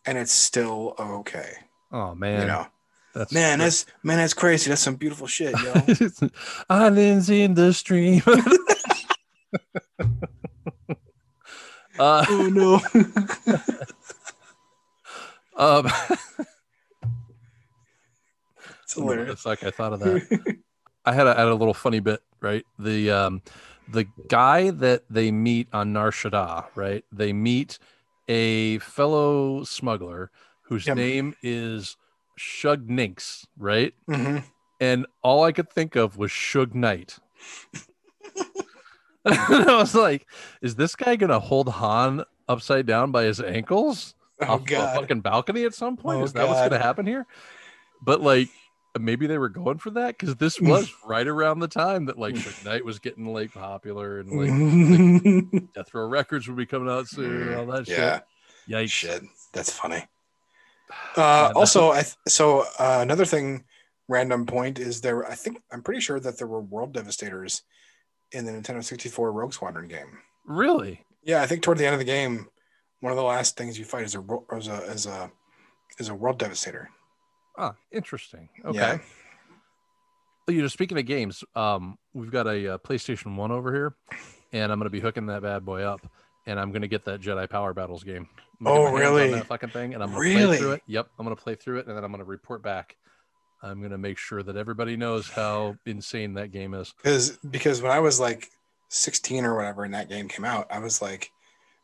[SPEAKER 2] and it's still okay
[SPEAKER 1] Oh man.
[SPEAKER 2] you know
[SPEAKER 1] That's
[SPEAKER 2] man that's man that's crazy that's some beautiful shit yo
[SPEAKER 1] islands in the stream. uh,
[SPEAKER 2] oh no
[SPEAKER 1] um,
[SPEAKER 2] it's hilarious
[SPEAKER 1] It's like I thought of that. I had a, had a little funny bit, right? The um, the guy that they meet on Nar Shaddaa, right? They meet a fellow smuggler whose
[SPEAKER 2] Yeah.
[SPEAKER 1] name is Shug Ninks, right?
[SPEAKER 2] hmm
[SPEAKER 1] And all I could think of was Shug Knight. and I was like, is this guy gonna hold Han upside down by his ankles?
[SPEAKER 2] oh
[SPEAKER 1] off a
[SPEAKER 2] god
[SPEAKER 1] fucking balcony at some point.
[SPEAKER 2] Oh,
[SPEAKER 1] Is that what's
[SPEAKER 2] God.
[SPEAKER 1] going to happen here? But like, maybe they were going for that because this was right around the time that like Suge Knight was getting like popular and
[SPEAKER 2] Mm-hmm.
[SPEAKER 1] like Death Row Records would be coming out soon and all that
[SPEAKER 2] yeah
[SPEAKER 1] shit. Yikes!
[SPEAKER 2] Shit, that's funny.
[SPEAKER 1] Yeah,
[SPEAKER 2] Uh,
[SPEAKER 1] no.
[SPEAKER 2] also, I th- so uh, another thing, random point is there. I think I'm pretty sure that there were World Devastators in the Nintendo 64 Rogue Squadron game.
[SPEAKER 1] Really?
[SPEAKER 2] Yeah, I think toward the end of the game, one of the last things you fight is a ro- is a is a, is a World Devastator.
[SPEAKER 1] Ah, interesting. Okay.
[SPEAKER 2] Yeah.
[SPEAKER 1] Well, You know, speaking of games, um, we've got a uh, PlayStation One over here, and I'm going to be hooking that bad boy up, and I'm going to get that Jedi Power Battles game. I'm gonna get
[SPEAKER 2] Oh,
[SPEAKER 1] my hands on
[SPEAKER 2] really?
[SPEAKER 1] That fucking thing, and I'm going to play
[SPEAKER 2] Really?
[SPEAKER 1] through it. Yep, I'm going to play through it, and then I'm going to report back. I'm going to make sure that everybody knows how insane that game is.
[SPEAKER 2] Because because when I was like 16 or whatever, and that game came out, I was like,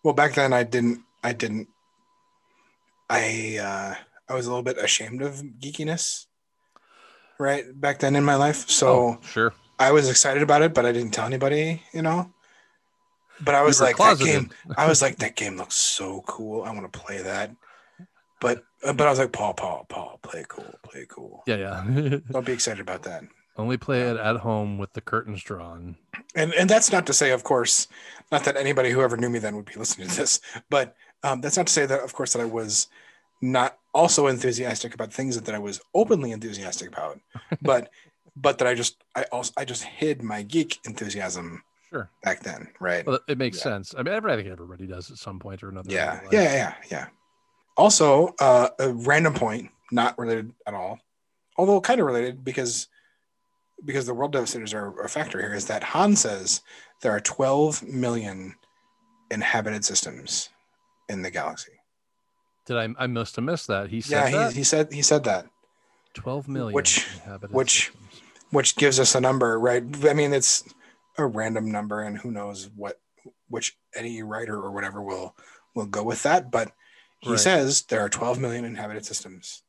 [SPEAKER 2] well, back then I didn't I didn't I uh, I was a little bit ashamed of geekiness, right back then in my life. So
[SPEAKER 1] oh, sure.
[SPEAKER 2] I was excited about it, but I didn't tell anybody, you know. But I
[SPEAKER 1] You
[SPEAKER 2] was
[SPEAKER 1] were
[SPEAKER 2] like that
[SPEAKER 1] closeted.
[SPEAKER 2] game. I was like that game looks so cool. I want to play that. But uh, but I was like Paul Paul Paul play it cool play it cool.
[SPEAKER 1] Yeah, yeah.
[SPEAKER 2] Don't be excited about that.
[SPEAKER 1] Only play it at home with the curtains drawn.
[SPEAKER 2] and and that's not to say, of course, not that anybody who ever knew me then would be listening to this, but um, that's not to say that, of course, that I was not also enthusiastic about things that, that I was openly enthusiastic about, but but that I just I also I just hid my geek enthusiasm
[SPEAKER 1] Sure.
[SPEAKER 2] back then, right?
[SPEAKER 1] Well, it makes
[SPEAKER 2] Yeah.
[SPEAKER 1] sense. I mean, every- I think everybody does at some point or another. in
[SPEAKER 2] yeah,
[SPEAKER 1] their life.
[SPEAKER 2] yeah, yeah, yeah, yeah. Also, uh, a random point, not related at all, although kind of related because because the world devastators are a factor here. Is that Han says there are 12 million inhabited systems in the galaxy?
[SPEAKER 1] Did I? I must have missed that. He said
[SPEAKER 2] yeah,
[SPEAKER 1] that.
[SPEAKER 2] he, he said he said that.
[SPEAKER 1] 12 million.
[SPEAKER 2] Which-
[SPEAKER 1] inhabited
[SPEAKER 2] which-
[SPEAKER 1] systems.
[SPEAKER 2] which gives us a number, right? I mean, it's a random number, and who knows what which any writer or whatever will will go with that. But he
[SPEAKER 1] Right.
[SPEAKER 2] says there are 12 million inhabited systems.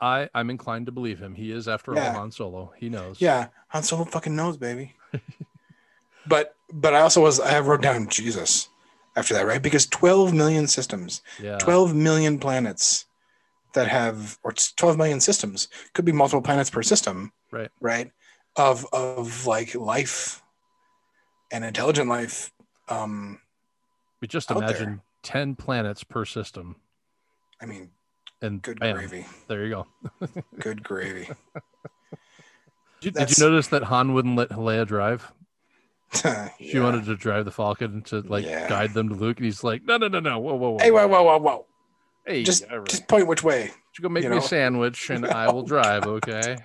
[SPEAKER 1] I, I'm inclined to believe him. He is, after all,
[SPEAKER 2] Yeah.
[SPEAKER 1] Han Solo. He knows.
[SPEAKER 2] Yeah, Han Solo fucking knows, baby. but but I also was I wrote down Jesus after that, right? Because 12 million systems.
[SPEAKER 1] Yeah.
[SPEAKER 2] 12 million planets that have or it's 12 million systems could be multiple planets per system
[SPEAKER 1] Right.
[SPEAKER 2] right of of like life and intelligent life um
[SPEAKER 1] But just
[SPEAKER 2] out there.
[SPEAKER 1] imagine 10 planets per system.
[SPEAKER 2] i mean
[SPEAKER 1] And
[SPEAKER 2] good
[SPEAKER 1] bam,
[SPEAKER 2] gravy
[SPEAKER 1] there you go.
[SPEAKER 2] good gravy
[SPEAKER 1] Did, did
[SPEAKER 2] That's-
[SPEAKER 1] you notice that Han wouldn't let Leia drive? She
[SPEAKER 2] Yeah.
[SPEAKER 1] wanted to drive the Falcon to like
[SPEAKER 2] Yeah.
[SPEAKER 1] guide them to Luke, and he's like, "No, no, no, no! Whoa, whoa, whoa!
[SPEAKER 2] hey whoa whoa whoa whoa
[SPEAKER 1] Hey,
[SPEAKER 2] just
[SPEAKER 1] all right.
[SPEAKER 2] just point which way
[SPEAKER 1] you go make
[SPEAKER 2] you
[SPEAKER 1] me
[SPEAKER 2] know?
[SPEAKER 1] a sandwich, and I will
[SPEAKER 2] Oh,
[SPEAKER 1] drive." Okay.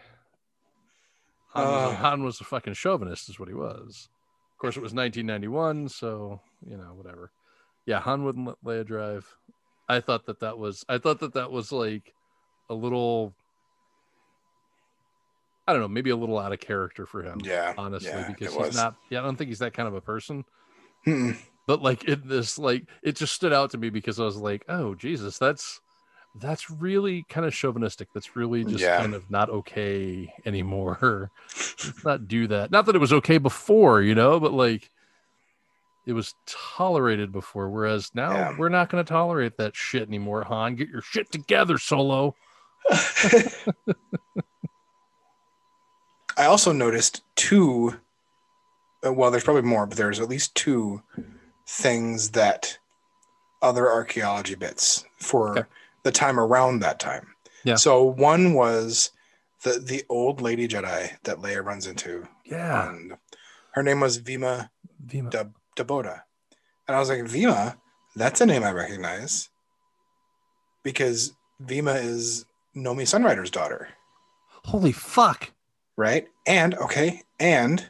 [SPEAKER 1] Han was,
[SPEAKER 2] Uh.
[SPEAKER 1] a, Han was a fucking chauvinist, is what he was. Of course, it was 1991, so you know, whatever. Yeah, Han wouldn't let Leia drive. I thought that that was. I thought that that was like a little. I don't know, maybe a little out of character for him.
[SPEAKER 2] yeah
[SPEAKER 1] honestly,
[SPEAKER 2] yeah,
[SPEAKER 1] because
[SPEAKER 2] it
[SPEAKER 1] he's
[SPEAKER 2] was.
[SPEAKER 1] not. Yeah, I don't think he's that kind of a person.
[SPEAKER 2] Mm-mm.
[SPEAKER 1] But like in this, like it just stood out to me because I was like, oh Jesus, that's that's really kind of chauvinistic. That's really just
[SPEAKER 2] Mm, Yeah.
[SPEAKER 1] kind of not okay anymore. Let's not do that. Not that it was okay before, you know, but like it was tolerated before. Whereas now
[SPEAKER 2] Yeah.
[SPEAKER 1] we're not going to tolerate that shit anymore. Han, get your shit together, Solo.
[SPEAKER 2] I also noticed two. uh, Well, there's probably more, but there's at least two things that other archaeology bits for
[SPEAKER 1] Okay.
[SPEAKER 2] the time around that time.
[SPEAKER 1] Yeah.
[SPEAKER 2] So one was the the old lady Jedi that Leia runs into,
[SPEAKER 1] Yeah,
[SPEAKER 2] and her name was Vima
[SPEAKER 1] Vima.
[SPEAKER 2] Dab- Dabota, and I was like, Vima, that's a name I recognize, because Vima is Nomi Sunrider's daughter.
[SPEAKER 1] Holy fuck!
[SPEAKER 2] right? And okay, and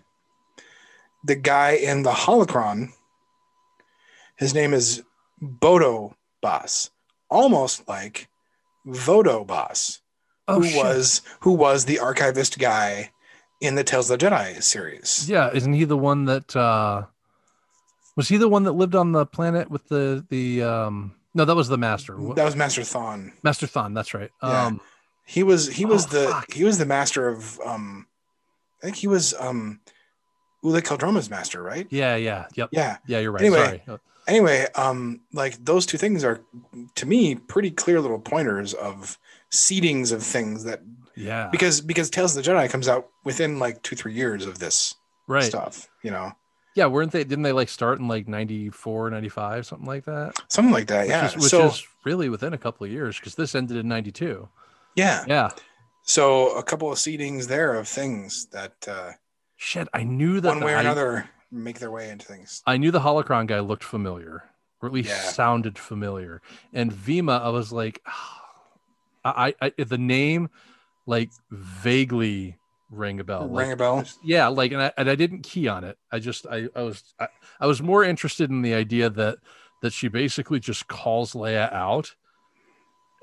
[SPEAKER 2] the guy in the holocron, his name is Bodo Boss, almost like Vodo Boss,
[SPEAKER 1] Oh
[SPEAKER 2] who
[SPEAKER 1] shit.
[SPEAKER 2] was who was the archivist guy in the Tales of the Jedi series.
[SPEAKER 1] Yeah, isn't he the one that uh was he the one that lived on the planet with the the um no that was the master. Wha-
[SPEAKER 2] That was Master Thon.
[SPEAKER 1] Master Thon, that's right.
[SPEAKER 2] Yeah.
[SPEAKER 1] Um
[SPEAKER 2] He was he was
[SPEAKER 1] Oh,
[SPEAKER 2] the
[SPEAKER 1] fuck.
[SPEAKER 2] he was the master of um I think he was um Ula Keldroma's master, right?
[SPEAKER 1] yeah, yeah, yep.
[SPEAKER 2] Yeah.
[SPEAKER 1] Yeah, you're right.
[SPEAKER 2] Anyway.
[SPEAKER 1] Sorry. Oh,
[SPEAKER 2] anyway um like those two things are to me pretty clear little pointers of seedings of things that
[SPEAKER 1] Yeah.
[SPEAKER 2] because because tales of the jedi comes out within like two three years of this
[SPEAKER 1] right.
[SPEAKER 2] stuff you know
[SPEAKER 1] Yeah, weren't they didn't they like start in like 94, 95, something like that?
[SPEAKER 2] something like that
[SPEAKER 1] Which
[SPEAKER 2] yeah
[SPEAKER 1] is which
[SPEAKER 2] so
[SPEAKER 1] is really within a couple of years because this ended in 92.
[SPEAKER 2] yeah
[SPEAKER 1] Yeah.
[SPEAKER 2] so a couple of seedings there of things that uh
[SPEAKER 1] Shit, I knew that
[SPEAKER 2] one
[SPEAKER 1] the
[SPEAKER 2] way or
[SPEAKER 1] hy-
[SPEAKER 2] another make their way into things
[SPEAKER 1] I knew the holocron guy looked familiar, or at least
[SPEAKER 2] Yeah.
[SPEAKER 1] sounded familiar. And Vima, I was like, ah, I, I, I the name, like vaguely rang a bell.
[SPEAKER 2] ring
[SPEAKER 1] Oh, like,
[SPEAKER 2] a bell
[SPEAKER 1] yeah, like, and I, and I didn't key on it. I just, I, I was, I, I was more interested in the idea that that she basically just calls Leia out.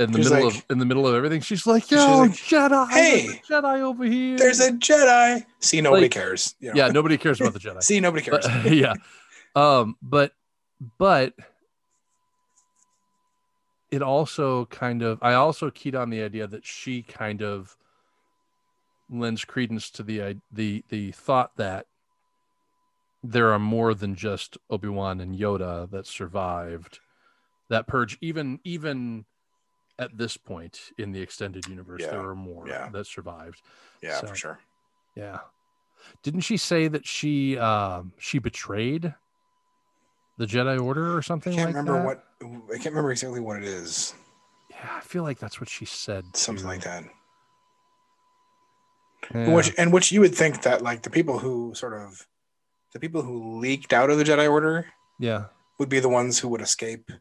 [SPEAKER 1] In the
[SPEAKER 2] She's
[SPEAKER 1] middle
[SPEAKER 2] like-
[SPEAKER 1] of in the middle of everything, she's like,
[SPEAKER 2] She's
[SPEAKER 1] "Yo,
[SPEAKER 2] like,
[SPEAKER 1] Jedi,
[SPEAKER 2] "Hey,
[SPEAKER 1] there's a Jedi over here."
[SPEAKER 2] there's a jedi see nobody
[SPEAKER 1] Like-
[SPEAKER 2] cares you know?
[SPEAKER 1] yeah. Nobody cares about the Jedi.
[SPEAKER 2] see nobody cares
[SPEAKER 1] But- uh, yeah. Um, but but it also kind of I also keyed on the idea that she kind of lends credence to the i- the the thought that there are more than just Obi-Wan and Yoda that survived that purge even even at this point in the extended universe
[SPEAKER 2] Yeah,
[SPEAKER 1] there are more
[SPEAKER 2] yeah.
[SPEAKER 1] that survived
[SPEAKER 2] yeah
[SPEAKER 1] so-
[SPEAKER 2] for sure
[SPEAKER 1] yeah. Didn't she say that she um she betrayed the Jedi Order or
[SPEAKER 2] i
[SPEAKER 1] something?
[SPEAKER 2] can't
[SPEAKER 1] like
[SPEAKER 2] remember
[SPEAKER 1] that?
[SPEAKER 2] what i can't remember exactly what it is
[SPEAKER 1] Yeah, I feel like that's what she said.
[SPEAKER 2] something like that
[SPEAKER 1] Yeah.
[SPEAKER 2] Which and which you would think that like the people who sort of the people who leaked out of the Jedi Order
[SPEAKER 1] yeah,
[SPEAKER 2] would be the ones who would escape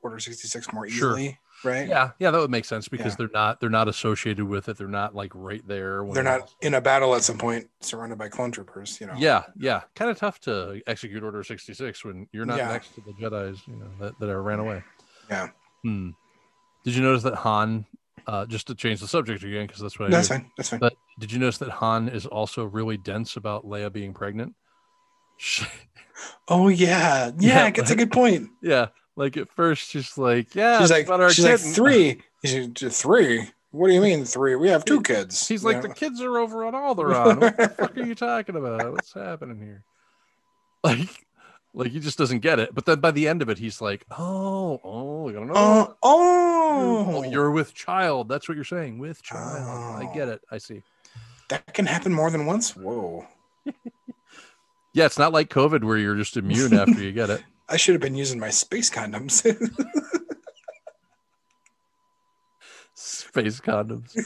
[SPEAKER 2] Order sixty six more
[SPEAKER 1] Sure.
[SPEAKER 2] easily, right?
[SPEAKER 1] yeah, yeah, that would make sense because
[SPEAKER 2] Yeah.
[SPEAKER 1] they're not they're not associated with it. They're not like right there. When
[SPEAKER 2] They're
[SPEAKER 1] it
[SPEAKER 2] not
[SPEAKER 1] all-
[SPEAKER 2] in a battle at some point surrounded by clone troopers, you know.
[SPEAKER 1] Yeah, yeah, kind of tough to execute Order sixty six when you're not
[SPEAKER 2] Yeah.
[SPEAKER 1] next to the Jedi's, you know, that, that are ran away.
[SPEAKER 2] Yeah.
[SPEAKER 1] Hmm. Did you notice that Han Uh, just to change the subject again, because that's what I
[SPEAKER 2] That's
[SPEAKER 1] do.
[SPEAKER 2] fine. That's fine.
[SPEAKER 1] But did you notice that Han is also really dense about Leia being pregnant?
[SPEAKER 2] Oh yeah,
[SPEAKER 1] Yeah,
[SPEAKER 2] yeah. that's a good point.
[SPEAKER 1] yeah, like at first she's like, yeah,
[SPEAKER 2] She's
[SPEAKER 1] it's
[SPEAKER 2] like,
[SPEAKER 1] about our
[SPEAKER 2] she's
[SPEAKER 1] kid.
[SPEAKER 2] like
[SPEAKER 1] And-
[SPEAKER 2] three. She's like, three. What do you mean three? We have two kids.
[SPEAKER 1] She's like,
[SPEAKER 2] You
[SPEAKER 1] the
[SPEAKER 2] know?
[SPEAKER 1] kids are over on Alderaan. What the fuck are you talking about? What's happening here? Like, like he just doesn't get it. But then by the end of it, he's like, oh, oh, I don't know.
[SPEAKER 2] oh,
[SPEAKER 1] Oh,
[SPEAKER 2] oh,
[SPEAKER 1] you're with child. That's what you're saying. With child. I
[SPEAKER 2] Oh.
[SPEAKER 1] get it. I see.
[SPEAKER 2] that can happen more than once. Whoa.
[SPEAKER 1] Yeah, it's not like COVID where you're just immune after you get it.
[SPEAKER 2] I should have been using my space condoms.
[SPEAKER 1] Space condoms.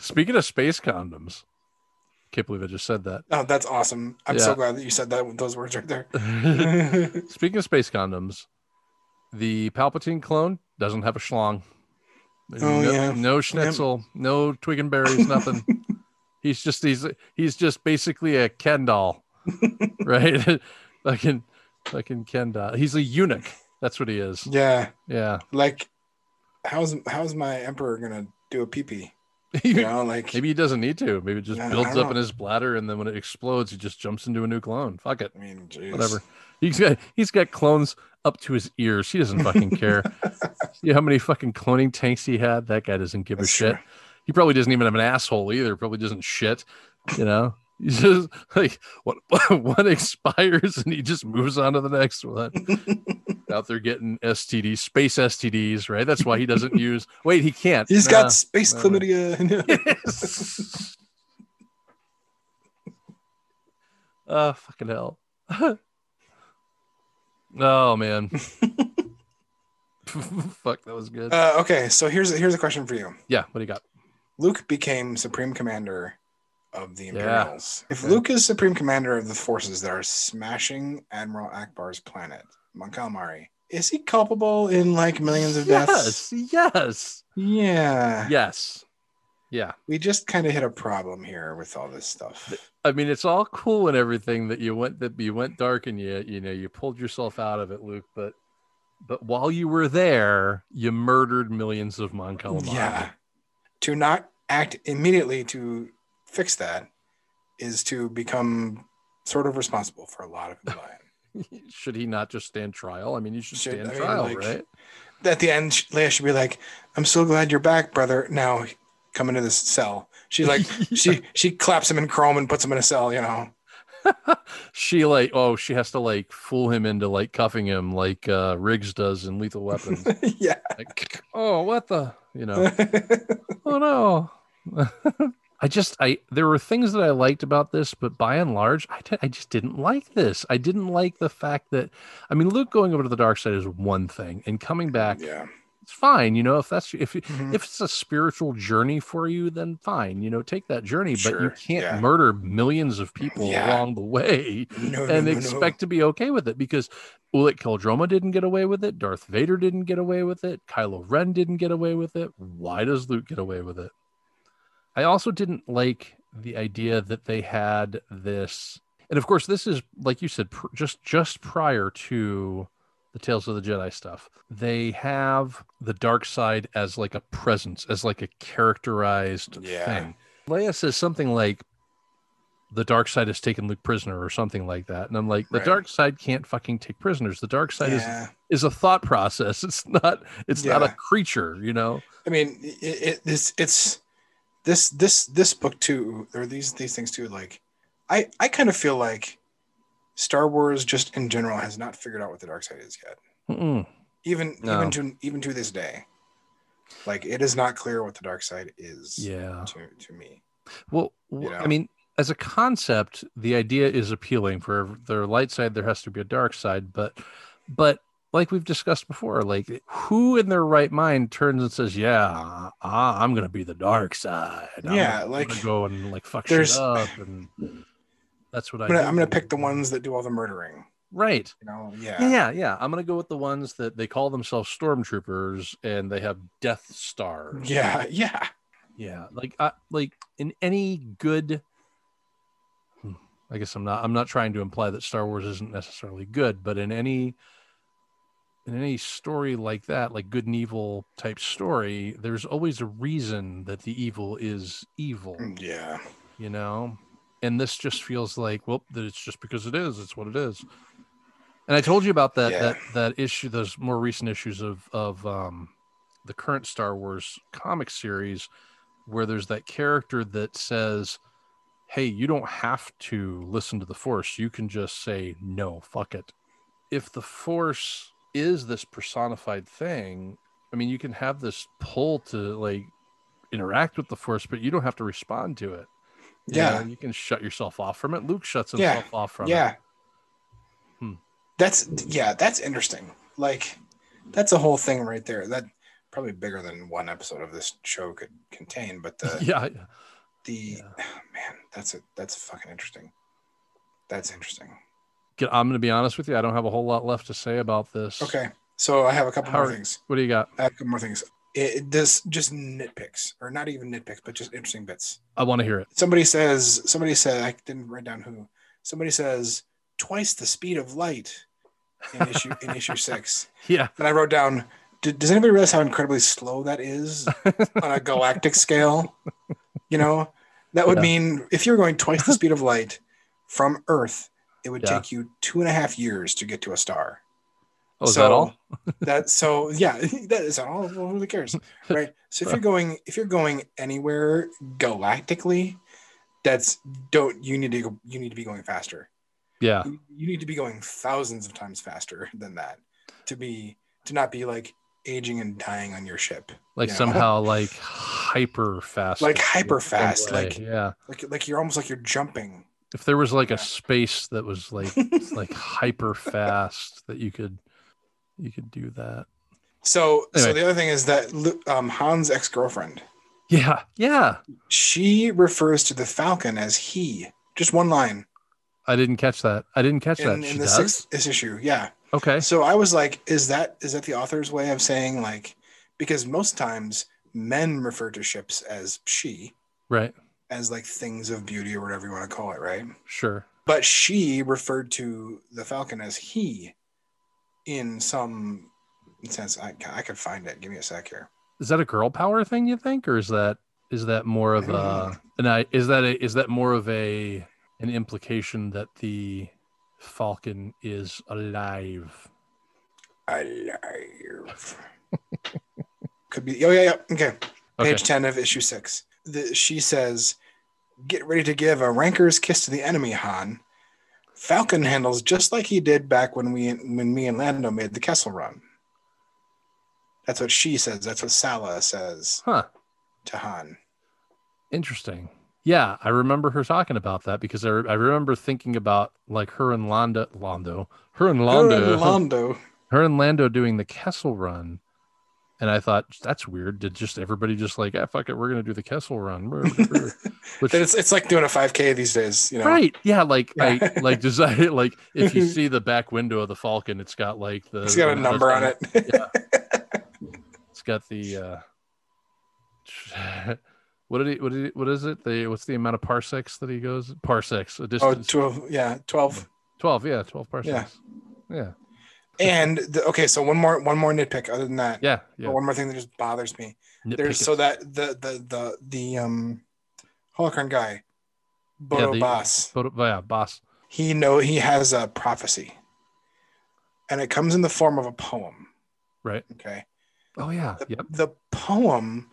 [SPEAKER 1] Speaking of space condoms, can't believe I just said that.
[SPEAKER 2] oh, that's awesome. I'm
[SPEAKER 1] Yeah.
[SPEAKER 2] so glad that you said that with those words right there.
[SPEAKER 1] Speaking of space condoms, the Palpatine clone doesn't have a schlong. There's
[SPEAKER 2] Oh,
[SPEAKER 1] no,
[SPEAKER 2] yeah.
[SPEAKER 1] no schnitzel, no twig and berries, nothing. he's just he's he's just basically a Ken doll, right? fucking fucking Ken doll. He's a eunuch. That's what he is.
[SPEAKER 2] yeah,
[SPEAKER 1] Yeah.
[SPEAKER 2] like how's how's my emperor gonna do a pee pee? You know, like
[SPEAKER 1] Maybe he doesn't need to. Maybe it just
[SPEAKER 2] Yeah, I
[SPEAKER 1] builds
[SPEAKER 2] don't
[SPEAKER 1] up in
[SPEAKER 2] know.
[SPEAKER 1] his bladder, and then when it explodes, he just jumps into a new clone. Fuck it.
[SPEAKER 2] I mean, geez.
[SPEAKER 1] whatever. He's got he's got clones up to his ears. He doesn't fucking care. See how many fucking cloning tanks he had? That guy doesn't give
[SPEAKER 2] That's
[SPEAKER 1] a shit.
[SPEAKER 2] true.
[SPEAKER 1] He probably doesn't even have an asshole either. Probably doesn't shit. You know, he's just like what one expires and he just moves on to the next one. Out there getting STDs, space STDs, right? That's why he doesn't use. Wait, he can't.
[SPEAKER 2] He's
[SPEAKER 1] He's
[SPEAKER 2] got space
[SPEAKER 1] no, no.
[SPEAKER 2] chlamydia.
[SPEAKER 1] oh fucking hell! oh man, fuck, that was good.
[SPEAKER 2] uh, okay, so here's here's a question for you.
[SPEAKER 1] yeah, what do you got?
[SPEAKER 2] Luke became supreme commander of the
[SPEAKER 1] Yeah.
[SPEAKER 2] Imperials. If
[SPEAKER 1] Okay.
[SPEAKER 2] Luke is supreme commander of the forces that are smashing Admiral Akbar's planet, Mon Calamari, is he culpable in like millions of deaths?
[SPEAKER 1] Yes, yes,
[SPEAKER 2] Yeah.
[SPEAKER 1] yes, yeah.
[SPEAKER 2] We just kind of hit a problem here with all this stuff.
[SPEAKER 1] I mean, it's all cool and everything that you went that you went dark and you you know you pulled yourself out of it, Luke. But but while you were there, you murdered millions of Mon Calamari.
[SPEAKER 2] Yeah. To not act immediately to fix that is to become sort of responsible for a lot of the line.
[SPEAKER 1] should he not just stand trial? I mean, you should
[SPEAKER 2] Should-
[SPEAKER 1] stand
[SPEAKER 2] I mean,
[SPEAKER 1] trial,
[SPEAKER 2] like-
[SPEAKER 1] right?
[SPEAKER 2] at the end, sh- Leia should be like, "I'm so glad you're back, brother." Now come into this cell. She like she she claps him in chrome and puts him in a cell. You know,
[SPEAKER 1] she like oh she has to like fool him into like cuffing him like uh riggs does in lethal weapons
[SPEAKER 2] yeah.
[SPEAKER 1] like oh what the you know oh no i just i there were things that i liked about this but by and large I di- I just didn't like this i didn't like the fact that i mean luke going over to the dark side is one thing and coming back
[SPEAKER 2] yeah.
[SPEAKER 1] it's fine you know if that's if
[SPEAKER 2] Mhm.
[SPEAKER 1] if it's a spiritual journey for you, then fine, you know, take that journey, but you
[SPEAKER 2] Sure,
[SPEAKER 1] can't
[SPEAKER 2] yeah.
[SPEAKER 1] murder millions of people
[SPEAKER 2] Yeah.
[SPEAKER 1] along the way
[SPEAKER 2] No, no,
[SPEAKER 1] and
[SPEAKER 2] no, no.
[SPEAKER 1] expect to be okay with it because Ulit Keldroma didn't get away with it, Darth Vader didn't get away with it, Kylo Ren didn't get away with it. Why does Luke get away with it? I also didn't like the idea that they had this, and of course, this is like you said, pr- just just prior to the Tales of the Jedi stuff. They have the dark side as like a presence, as like a characterized
[SPEAKER 2] Yeah.
[SPEAKER 1] thing. Leia says something like, "The dark side has taken Luke prisoner," or something like that, and I'm like, "The
[SPEAKER 2] Right.
[SPEAKER 1] dark side can't fucking take prisoners. The dark side is
[SPEAKER 2] yeah.
[SPEAKER 1] is a thought process. It's not. It's not a
[SPEAKER 2] Yeah.
[SPEAKER 1] creature. You know."
[SPEAKER 2] I mean, it, it, it's it's this this this book too, or these these things too. Like, I I kind of feel like Star Wars just in general has not figured out what the dark side is yet.
[SPEAKER 1] Mm-mm.
[SPEAKER 2] Even
[SPEAKER 1] No.
[SPEAKER 2] even to even to this day, like it is not clear what the dark side is.
[SPEAKER 1] Yeah.
[SPEAKER 2] To to me.
[SPEAKER 1] Well, w-
[SPEAKER 2] You
[SPEAKER 1] I
[SPEAKER 2] know?
[SPEAKER 1] mean, as a concept, the idea is appealing. For their light side, there has to be a dark side, but, but like we've discussed before, like who in their right mind turns and says, "Yeah, I, I'm going to be the dark side." I'm
[SPEAKER 2] Yeah,
[SPEAKER 1] gonna- I'm
[SPEAKER 2] like,
[SPEAKER 1] gonna go and like fuck
[SPEAKER 2] there's-
[SPEAKER 1] shit up, and that's what I.
[SPEAKER 2] I'm gonna,
[SPEAKER 1] do."
[SPEAKER 2] I'm gonna pick the ones that do all the murdering.
[SPEAKER 1] right.
[SPEAKER 2] You know, yeah,
[SPEAKER 1] Yeah. yeah, yeah. I'm gonna go with the ones that they call themselves stormtroopers and they have Death Stars.
[SPEAKER 2] yeah, yeah.
[SPEAKER 1] yeah like I, like in any good Hmm, i guess i'm not i'm not trying to imply that star wars isn't necessarily good but in any in any story like that, like good and evil type story, there's always a reason that the evil is evil,
[SPEAKER 2] Yeah.
[SPEAKER 1] you know? And this just feels like, well, that it's just because it is, it's what it is. And I told you about that
[SPEAKER 2] Yeah.
[SPEAKER 1] that that issue, those more recent issues of of um the current Star Wars comic series where there's that character that says, Hey, you don't have to listen to the force. You can just say, No, fuck it. If the force is this personified thing, I mean, you can have this pull to like interact with the force, but you don't have to respond to it. You
[SPEAKER 2] Yeah.
[SPEAKER 1] know, you can shut yourself off from it. Luke shuts
[SPEAKER 2] Yeah.
[SPEAKER 1] himself off from it.
[SPEAKER 2] Yeah.
[SPEAKER 1] Hmm.
[SPEAKER 2] That's yeah, that's interesting. Like that's a whole thing right there. That probably bigger than one episode of this show could contain, but the
[SPEAKER 1] Yeah.
[SPEAKER 2] the
[SPEAKER 1] Yeah.
[SPEAKER 2] man, that's a that's fucking interesting. That's interesting.
[SPEAKER 1] Get- I'm going to be honest with you. I don't have a whole lot left to say about this.
[SPEAKER 2] Okay. So I have a couple
[SPEAKER 1] How
[SPEAKER 2] more
[SPEAKER 1] are-
[SPEAKER 2] things.
[SPEAKER 1] What do you got?
[SPEAKER 2] I have a couple more things. It, it does just nitpicks, or not even nitpicks, but just interesting bits.
[SPEAKER 1] I want to hear it.
[SPEAKER 2] somebody says somebody said I didn't write down who. Somebody says twice the speed of light in issue in issue six.
[SPEAKER 1] Yeah.
[SPEAKER 2] And I wrote down. "D- Does anybody realize how incredibly slow that is on a galactic scale? You know, that would
[SPEAKER 1] Yeah.
[SPEAKER 2] mean if you're going twice the speed of light from Earth, it would
[SPEAKER 1] Yeah.
[SPEAKER 2] take you two and a half years to get to a star.
[SPEAKER 1] Oh, is that all?
[SPEAKER 2] that so yeah, that is all. Well, who cares, right? So if you're going if you're going anywhere galactically, that's don't you need to go, you need to be going faster.
[SPEAKER 1] Yeah.
[SPEAKER 2] You you need to be going thousands of times faster than that to be to not be like aging and dying on your ship,
[SPEAKER 1] Like
[SPEAKER 2] Yeah.
[SPEAKER 1] somehow like hyper fast.
[SPEAKER 2] like
[SPEAKER 1] in some
[SPEAKER 2] hyper fast,
[SPEAKER 1] way.
[SPEAKER 2] like
[SPEAKER 1] yeah.
[SPEAKER 2] like like you're almost like you're jumping.
[SPEAKER 1] If there was like
[SPEAKER 2] Yeah.
[SPEAKER 1] a space that was like like hyper fast that you could you could do that.
[SPEAKER 2] So so
[SPEAKER 1] Anyway.
[SPEAKER 2] the other thing is that Lu- um, Han's ex girlfriend
[SPEAKER 1] Yeah. Yeah.
[SPEAKER 2] she refers to the Falcon as he. Just one line
[SPEAKER 1] I didn't catch that. I didn't catch
[SPEAKER 2] in,
[SPEAKER 1] that. She
[SPEAKER 2] in the
[SPEAKER 1] does.
[SPEAKER 2] sixth issue. Yeah.
[SPEAKER 1] okay.
[SPEAKER 2] So I was like, is that is that the author's way of saying like because most times men refer to ships as she,
[SPEAKER 1] Right.
[SPEAKER 2] as like things of beauty or whatever you want to call it, right?
[SPEAKER 1] Sure.
[SPEAKER 2] But she referred to the Falcon as he in some sense. I, I could find it. Give me a sec here.
[SPEAKER 1] Is that a girl power thing you think or is that is that more of
[SPEAKER 2] I don't
[SPEAKER 1] a and I is that a is that more of a an implication that the falcon is alive?
[SPEAKER 2] Alive. could be. Oh, yeah, yeah. Okay.
[SPEAKER 1] Okay.
[SPEAKER 2] Page 10 of issue 6. The, she says, Get ready to give a rancor's kiss to the enemy, Han. Falcon handles just like he did back when we when me and Lando made the Kessel run. That's what she says. That's what Sala says
[SPEAKER 1] Huh.
[SPEAKER 2] to Han.
[SPEAKER 1] Interesting. Yeah, I remember her talking about that because I, re- I remember thinking about like her and Londo, Londo, her and
[SPEAKER 2] Her
[SPEAKER 1] Londo,
[SPEAKER 2] and Lando.
[SPEAKER 1] her and Lando doing the Kessel Run, and I thought that's weird. Did just everybody just like, ah, fuck it, we're gonna do the Kessel Run, which
[SPEAKER 2] That It's, it's like doing a 5K these days, you know.
[SPEAKER 1] right? Yeah, like
[SPEAKER 2] Yeah.
[SPEAKER 1] I like does I like if you see the back window of the Falcon, it's got like the
[SPEAKER 2] It's got a number on it.
[SPEAKER 1] It's got the uh, what did he what did he, what is it? The what's the amount of parsecs that he goes parsecs a
[SPEAKER 2] oh,
[SPEAKER 1] distance
[SPEAKER 2] 12, yeah, 12.
[SPEAKER 1] 12 yeah 12 parsecs yeah yeah
[SPEAKER 2] And the, okay, so one more one more nitpick other than that.
[SPEAKER 1] yeah,
[SPEAKER 2] But One more thing that just bothers me.
[SPEAKER 1] Nitpick
[SPEAKER 2] there's so
[SPEAKER 1] it.
[SPEAKER 2] that the the the the um holocron guy
[SPEAKER 1] Yeah,
[SPEAKER 2] Bodo
[SPEAKER 1] the-
[SPEAKER 2] boss
[SPEAKER 1] But- but oh, yeah boss
[SPEAKER 2] he know he has a prophecy and it comes in the form of a poem
[SPEAKER 1] Right.
[SPEAKER 2] okay
[SPEAKER 1] oh yeah
[SPEAKER 2] the,
[SPEAKER 1] yep
[SPEAKER 2] the poem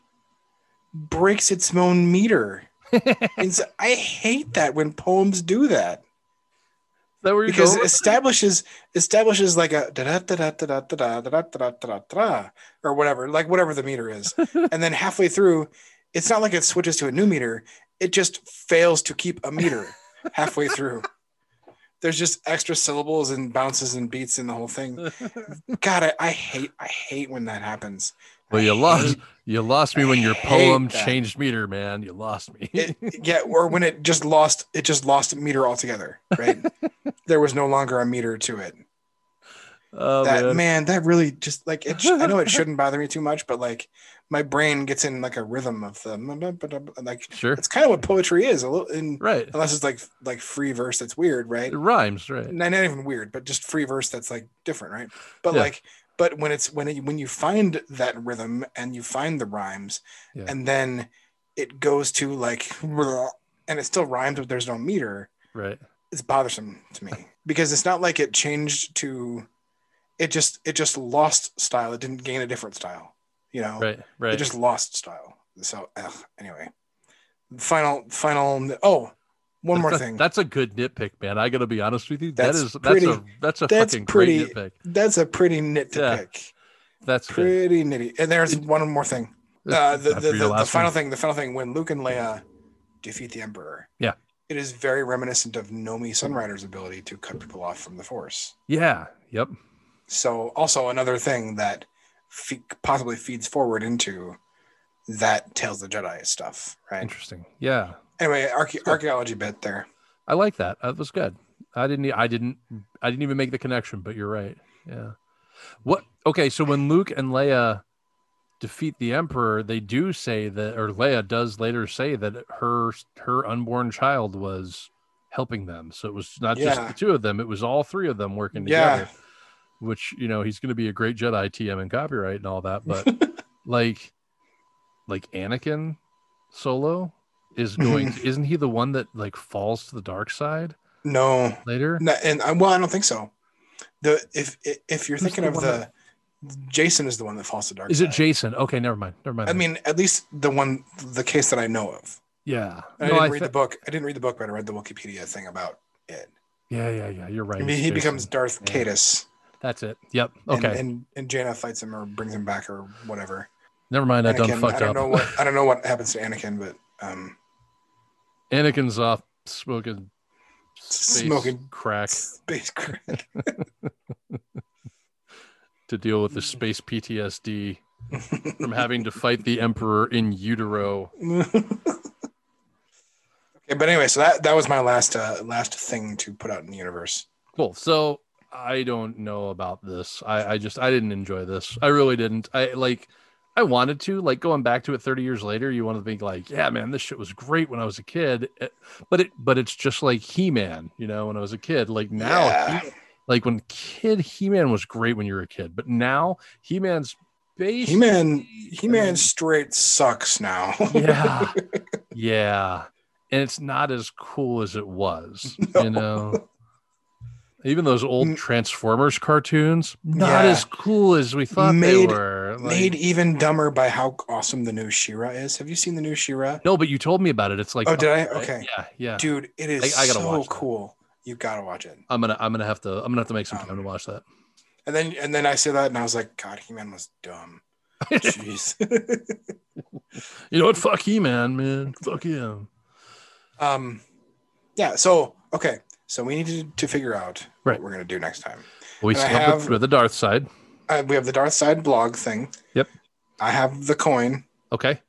[SPEAKER 2] breaks its own meter it's, i hate that when poems do that
[SPEAKER 1] that where you
[SPEAKER 2] because
[SPEAKER 1] go
[SPEAKER 2] it establishes establishes like a da da da da da da da da da da da da da or whatever, like whatever the meter is, and then halfway through, it's not like it switches to a new meter; it just fails to keep a meter halfway through. There's just extra syllables and bounces and beats in the whole thing. God, I, I hate I hate when that happens.
[SPEAKER 1] well
[SPEAKER 2] I
[SPEAKER 1] you lost you lost me when your
[SPEAKER 2] hate
[SPEAKER 1] poem
[SPEAKER 2] that.
[SPEAKER 1] changed meter man you lost me
[SPEAKER 2] it, yeah, or when it just lost it just lost a meter altogether. Right, there was no longer a meter to it.
[SPEAKER 1] oh
[SPEAKER 2] that man.
[SPEAKER 1] man.
[SPEAKER 2] that really just like it. Sh- I know it shouldn't bother me too much, but like my brain gets in like a rhythm of the like.
[SPEAKER 1] sure
[SPEAKER 2] It's kind of what poetry is a little, in,
[SPEAKER 1] right
[SPEAKER 2] unless it's like like free verse that's weird, right?
[SPEAKER 1] it rhymes right
[SPEAKER 2] Not, not even weird, but just free verse that's like different, right? But
[SPEAKER 1] Yeah.
[SPEAKER 2] like But when it's when it, when you find that rhythm and you find the rhymes,
[SPEAKER 1] Yeah.
[SPEAKER 2] and then it goes to like, and it still rhymes, but there's no meter.
[SPEAKER 1] Right.
[SPEAKER 2] It's bothersome to me because it's not like it changed to, it just it just lost style. It didn't gain a different style. You know,
[SPEAKER 1] Right. Right.
[SPEAKER 2] it just lost style. So ugh, anyway, final final. Oh, one more
[SPEAKER 1] That-
[SPEAKER 2] thing.
[SPEAKER 1] That's a good nitpick, man. I gotta be honest with you. That
[SPEAKER 2] That's
[SPEAKER 1] is
[SPEAKER 2] pretty-
[SPEAKER 1] that's a that's a
[SPEAKER 2] that's
[SPEAKER 1] fucking
[SPEAKER 2] pretty-
[SPEAKER 1] great nitpick.
[SPEAKER 2] That's a pretty nit to
[SPEAKER 1] Yeah.
[SPEAKER 2] pick.
[SPEAKER 1] That's good.
[SPEAKER 2] Pretty nitty. And there's one more thing. Uh, the,
[SPEAKER 1] Time
[SPEAKER 2] the,
[SPEAKER 1] for your
[SPEAKER 2] the, the
[SPEAKER 1] last
[SPEAKER 2] final
[SPEAKER 1] one.
[SPEAKER 2] thing. The final thing. When Luke and Leia defeat the Emperor.
[SPEAKER 1] Yeah.
[SPEAKER 2] It is very reminiscent of Nomi Sunrider's ability to cut people off from the Force.
[SPEAKER 1] Yeah. Yep.
[SPEAKER 2] So also another thing that fe- possibly feeds forward into that Tales of the Jedi stuff, right?
[SPEAKER 1] Interesting. Yeah.
[SPEAKER 2] Anyway, arche- archaeology bit there.
[SPEAKER 1] I like that. That was good. I didn't. e- I didn't. I didn't even make the connection. But you're right. Yeah. What? Okay. So when Luke and Leia defeat the Emperor, they do say that, or Leia does later say that her her unborn child was helping them. So it was not just
[SPEAKER 2] Yeah.
[SPEAKER 1] the two of them. It was all three of them working
[SPEAKER 2] Yeah.
[SPEAKER 1] together. Which you know he's going to be a great Jedi TM and copyright and all that, but like like Anakin Solo is going to, isn't he the one that like falls to the dark side
[SPEAKER 2] No,
[SPEAKER 1] later?
[SPEAKER 2] No, and I, well, I don't think so. The if if you're
[SPEAKER 1] Who's
[SPEAKER 2] thinking
[SPEAKER 1] the
[SPEAKER 2] of
[SPEAKER 1] one
[SPEAKER 2] the Jason is the one that falls to dark.
[SPEAKER 1] Is it
[SPEAKER 2] side.
[SPEAKER 1] Jason? Okay, never mind. Never mind.
[SPEAKER 2] I mean, at least the one the case that I know of.
[SPEAKER 1] yeah. No,
[SPEAKER 2] And I didn't
[SPEAKER 1] I
[SPEAKER 2] read
[SPEAKER 1] thi-
[SPEAKER 2] the book. I didn't read the book, but I read the Wikipedia thing about it.
[SPEAKER 1] yeah, yeah, yeah. You're right.
[SPEAKER 2] I mean,
[SPEAKER 1] it's
[SPEAKER 2] he
[SPEAKER 1] Jason.
[SPEAKER 2] becomes Darth
[SPEAKER 1] Yeah.
[SPEAKER 2] Cadus,
[SPEAKER 1] That's it. Yep.
[SPEAKER 2] and,
[SPEAKER 1] Okay.
[SPEAKER 2] and and Jaina fights him or brings him back or whatever.
[SPEAKER 1] never mind. I done
[SPEAKER 2] Anakin, I
[SPEAKER 1] fucked
[SPEAKER 2] don't
[SPEAKER 1] up.
[SPEAKER 2] know what I don't know what happens to Anakin, but um,
[SPEAKER 1] Anakin's off smoking space
[SPEAKER 2] Smoking.
[SPEAKER 1] crack
[SPEAKER 2] space.
[SPEAKER 1] to deal with the space PTSD from having to fight the Emperor in utero.
[SPEAKER 2] okay, but anyway, so that that was my last uh, last thing to put out in the universe.
[SPEAKER 1] Cool. So I don't know about this. I, I just I didn't enjoy this. I really didn't. I like I wanted to like going back to it 30 years later. You want to think like, yeah, man, this shit was great when I was a kid. Eh, But it but it's just like He Man, you know, when I was a kid. Like now,
[SPEAKER 2] Yeah.
[SPEAKER 1] He- like when kid He Man was great when you were a kid, but now He Man's based.
[SPEAKER 2] He Man, He Man straight sucks now.
[SPEAKER 1] yeah, yeah, and it's not as cool as it was. You know. Even those old
[SPEAKER 2] M-
[SPEAKER 1] Transformers cartoons, not
[SPEAKER 2] Yeah.
[SPEAKER 1] as cool as we thought they
[SPEAKER 2] Made-
[SPEAKER 1] were. Like-
[SPEAKER 2] Made even dumber by how awesome the new Shira is. Have you seen the new Shira?
[SPEAKER 1] no, but you told me about it. It's like,
[SPEAKER 2] oh, did I?
[SPEAKER 1] right?
[SPEAKER 2] Okay,
[SPEAKER 1] yeah, yeah.
[SPEAKER 2] dude, it is
[SPEAKER 1] I- I gotta
[SPEAKER 2] so
[SPEAKER 1] watch that.
[SPEAKER 2] cool. You gotta watch it.
[SPEAKER 1] I'm gonna, I'm gonna have to, I'm gonna have to make some time
[SPEAKER 2] Um,
[SPEAKER 1] to watch that.
[SPEAKER 2] And then and then I say that, and I was like, God, He Man was dumb. Jeez.
[SPEAKER 1] You know what? Fuck he man, man. Fuck him.
[SPEAKER 2] um, yeah. So okay, so we need to, to figure out
[SPEAKER 1] Right.
[SPEAKER 2] what we're gonna do next time.
[SPEAKER 1] We
[SPEAKER 2] And I
[SPEAKER 1] still have
[SPEAKER 2] have-
[SPEAKER 1] the, the Darth side.
[SPEAKER 2] Uh, we have the Darth Side blog thing.
[SPEAKER 1] Yep.
[SPEAKER 2] I have the coin,
[SPEAKER 1] Okay.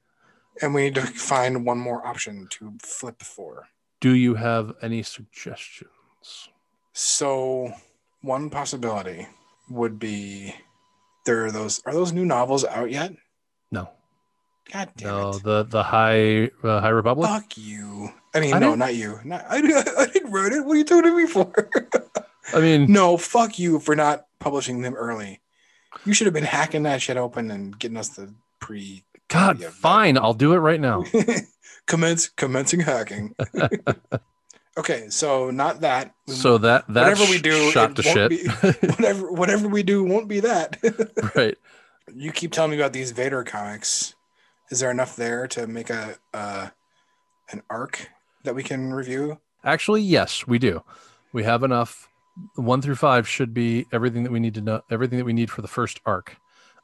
[SPEAKER 2] and we need to find one more option to flip for.
[SPEAKER 1] Do you have any suggestions?
[SPEAKER 2] So one possibility would be there are those are those new novels out yet?
[SPEAKER 1] No,
[SPEAKER 2] God damn
[SPEAKER 1] no.
[SPEAKER 2] it.
[SPEAKER 1] The the High uh, High Republic.
[SPEAKER 2] Fuck you. I mean,
[SPEAKER 1] I
[SPEAKER 2] no,
[SPEAKER 1] didn't-
[SPEAKER 2] not you. Not, I, I didn't write it. What are you doing to me for?
[SPEAKER 1] I mean,
[SPEAKER 2] no, fuck you for not publishing them early. You should have been hacking that shit open and getting us the pre
[SPEAKER 1] God,
[SPEAKER 2] Yeah, but-
[SPEAKER 1] fine. I'll do it right now.
[SPEAKER 2] commence commencing hacking. okay, so not that. We-
[SPEAKER 1] So that that
[SPEAKER 2] Whatever we
[SPEAKER 1] sh-
[SPEAKER 2] do,
[SPEAKER 1] shot
[SPEAKER 2] it
[SPEAKER 1] to shit.
[SPEAKER 2] won't whatever whatever we do won't be that.
[SPEAKER 1] right.
[SPEAKER 2] you keep telling me about these Vader comics. Is there enough there to make a uh, an arc that we can review?
[SPEAKER 1] Actually, yes, we do. We have enough. One through five should be everything that we need to know, everything that we need for the first arc.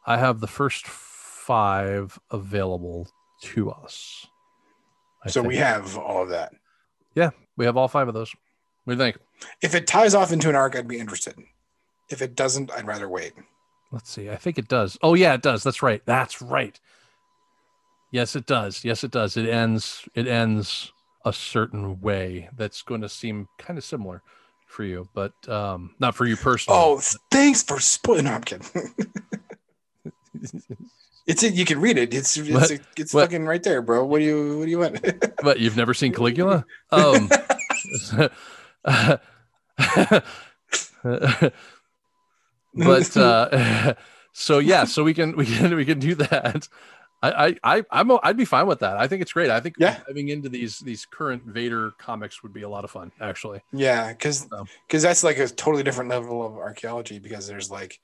[SPEAKER 1] I have the first five available to us. I
[SPEAKER 2] so we
[SPEAKER 1] think.
[SPEAKER 2] have all of that.
[SPEAKER 1] we have all five of those. What do you think?
[SPEAKER 2] If it ties off into an arc, I'd be interested. If it doesn't, I'd rather wait.
[SPEAKER 1] Let's see. I think it does. Oh yeah, it does. That's right. That's right. Yes, it does. Yes, it does. It ends. It ends a certain way that's going to seem kind of similar for you, but um, not for you personally.
[SPEAKER 2] Oh, thanks for spoiling. No, I'm kidding. It's it. You can read it. It's it's
[SPEAKER 1] What?
[SPEAKER 2] it's
[SPEAKER 1] What?
[SPEAKER 2] fucking right there, bro. What do you what do you want?
[SPEAKER 1] But you've never seen Caligula? Um, but uh, So yeah, so we can we can we can do that. I I I I'm a, I'd be fine with that. I think it's great. I think
[SPEAKER 2] Yeah.
[SPEAKER 1] diving into these these current Vader comics would be a lot of fun actually.
[SPEAKER 2] Yeah, because
[SPEAKER 1] So.
[SPEAKER 2] because that's like a totally different level of archaeology because there's like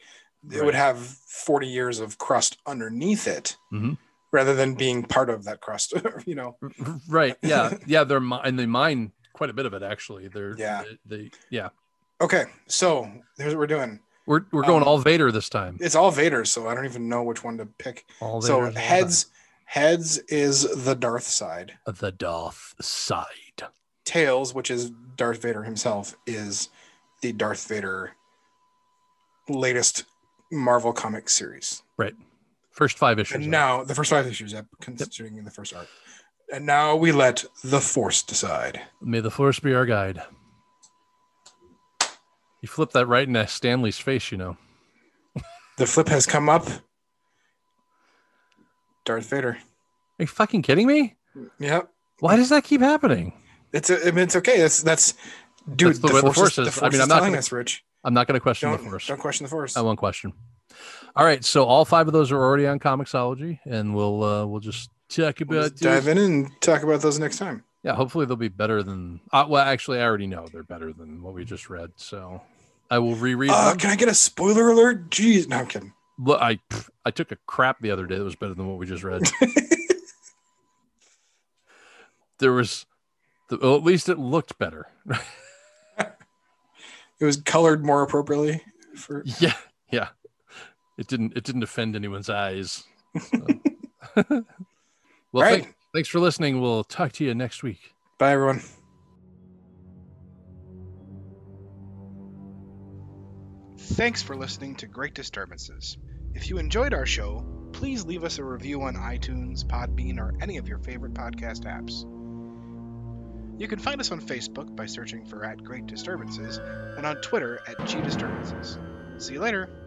[SPEAKER 2] it
[SPEAKER 1] Right.
[SPEAKER 2] would have 40 years of crust underneath it
[SPEAKER 1] Mhm.
[SPEAKER 2] rather than being part of that crust, you know.
[SPEAKER 1] Right. Yeah. Yeah, they're mi- and they mine quite a bit of it actually. They're
[SPEAKER 2] Yeah.
[SPEAKER 1] they, they yeah.
[SPEAKER 2] Okay, so here's what we're doing.
[SPEAKER 1] We're we're going
[SPEAKER 2] Um,
[SPEAKER 1] all Vader this time.
[SPEAKER 2] It's all Vader, so I don't even know which one to pick.
[SPEAKER 1] All Vader
[SPEAKER 2] so
[SPEAKER 1] is all
[SPEAKER 2] heads heads is the Darth side.
[SPEAKER 1] Vader. the Darth side.
[SPEAKER 2] Tails, which is Darth Vader himself, is the Darth Vader latest Marvel comic series.
[SPEAKER 1] First five issues.
[SPEAKER 2] And
[SPEAKER 1] are-
[SPEAKER 2] now the first five issues, yep, considering the first arc. And now we let the force decide.
[SPEAKER 1] May the force be our guide. You flip that right into Stanley's face, you know.
[SPEAKER 2] The flip has come up. Darth
[SPEAKER 1] Are
[SPEAKER 2] Vader.
[SPEAKER 1] you fucking kidding me?
[SPEAKER 2] Yep.
[SPEAKER 1] Why does that keep happening?
[SPEAKER 2] It's I mean, it's okay. That's that's dude.
[SPEAKER 1] That's the way the Force is. I mean, I'm not
[SPEAKER 2] telling
[SPEAKER 1] gonna-
[SPEAKER 2] us, Rich.
[SPEAKER 1] I'm not going to question
[SPEAKER 2] Don't
[SPEAKER 1] the force.
[SPEAKER 2] don't question the force.
[SPEAKER 1] I won't question. All right, so all five of those are already on Comixology, and we'll uh, we'll just check
[SPEAKER 2] We'll
[SPEAKER 1] about
[SPEAKER 2] just dive in and talk about those next time.
[SPEAKER 1] Yeah, hopefully they'll be better than. Uh, well, actually, I already know they're better than what we just read, so I will reread.
[SPEAKER 2] Uh,
[SPEAKER 1] them.
[SPEAKER 2] can I get a spoiler alert? Jeez, no I'm kidding.
[SPEAKER 1] Look, I pff, I took a crap the other day that was better than what we just read. there was, the, well, at least it looked better.
[SPEAKER 2] It was colored more appropriately for
[SPEAKER 1] yeah, yeah. It didn't it didn't offend anyone's eyes. So. well,
[SPEAKER 2] All right.
[SPEAKER 1] thank- thanks for listening. We'll talk to you next week.
[SPEAKER 2] Bye everyone. Thanks for listening to Great Disturbances. If you enjoyed our show, please leave us a review on iTunes, Podbean, or any of your favorite podcast apps. You can find us on Facebook by searching for at Great Disturbances and on Twitter at G Disturbances. See you later.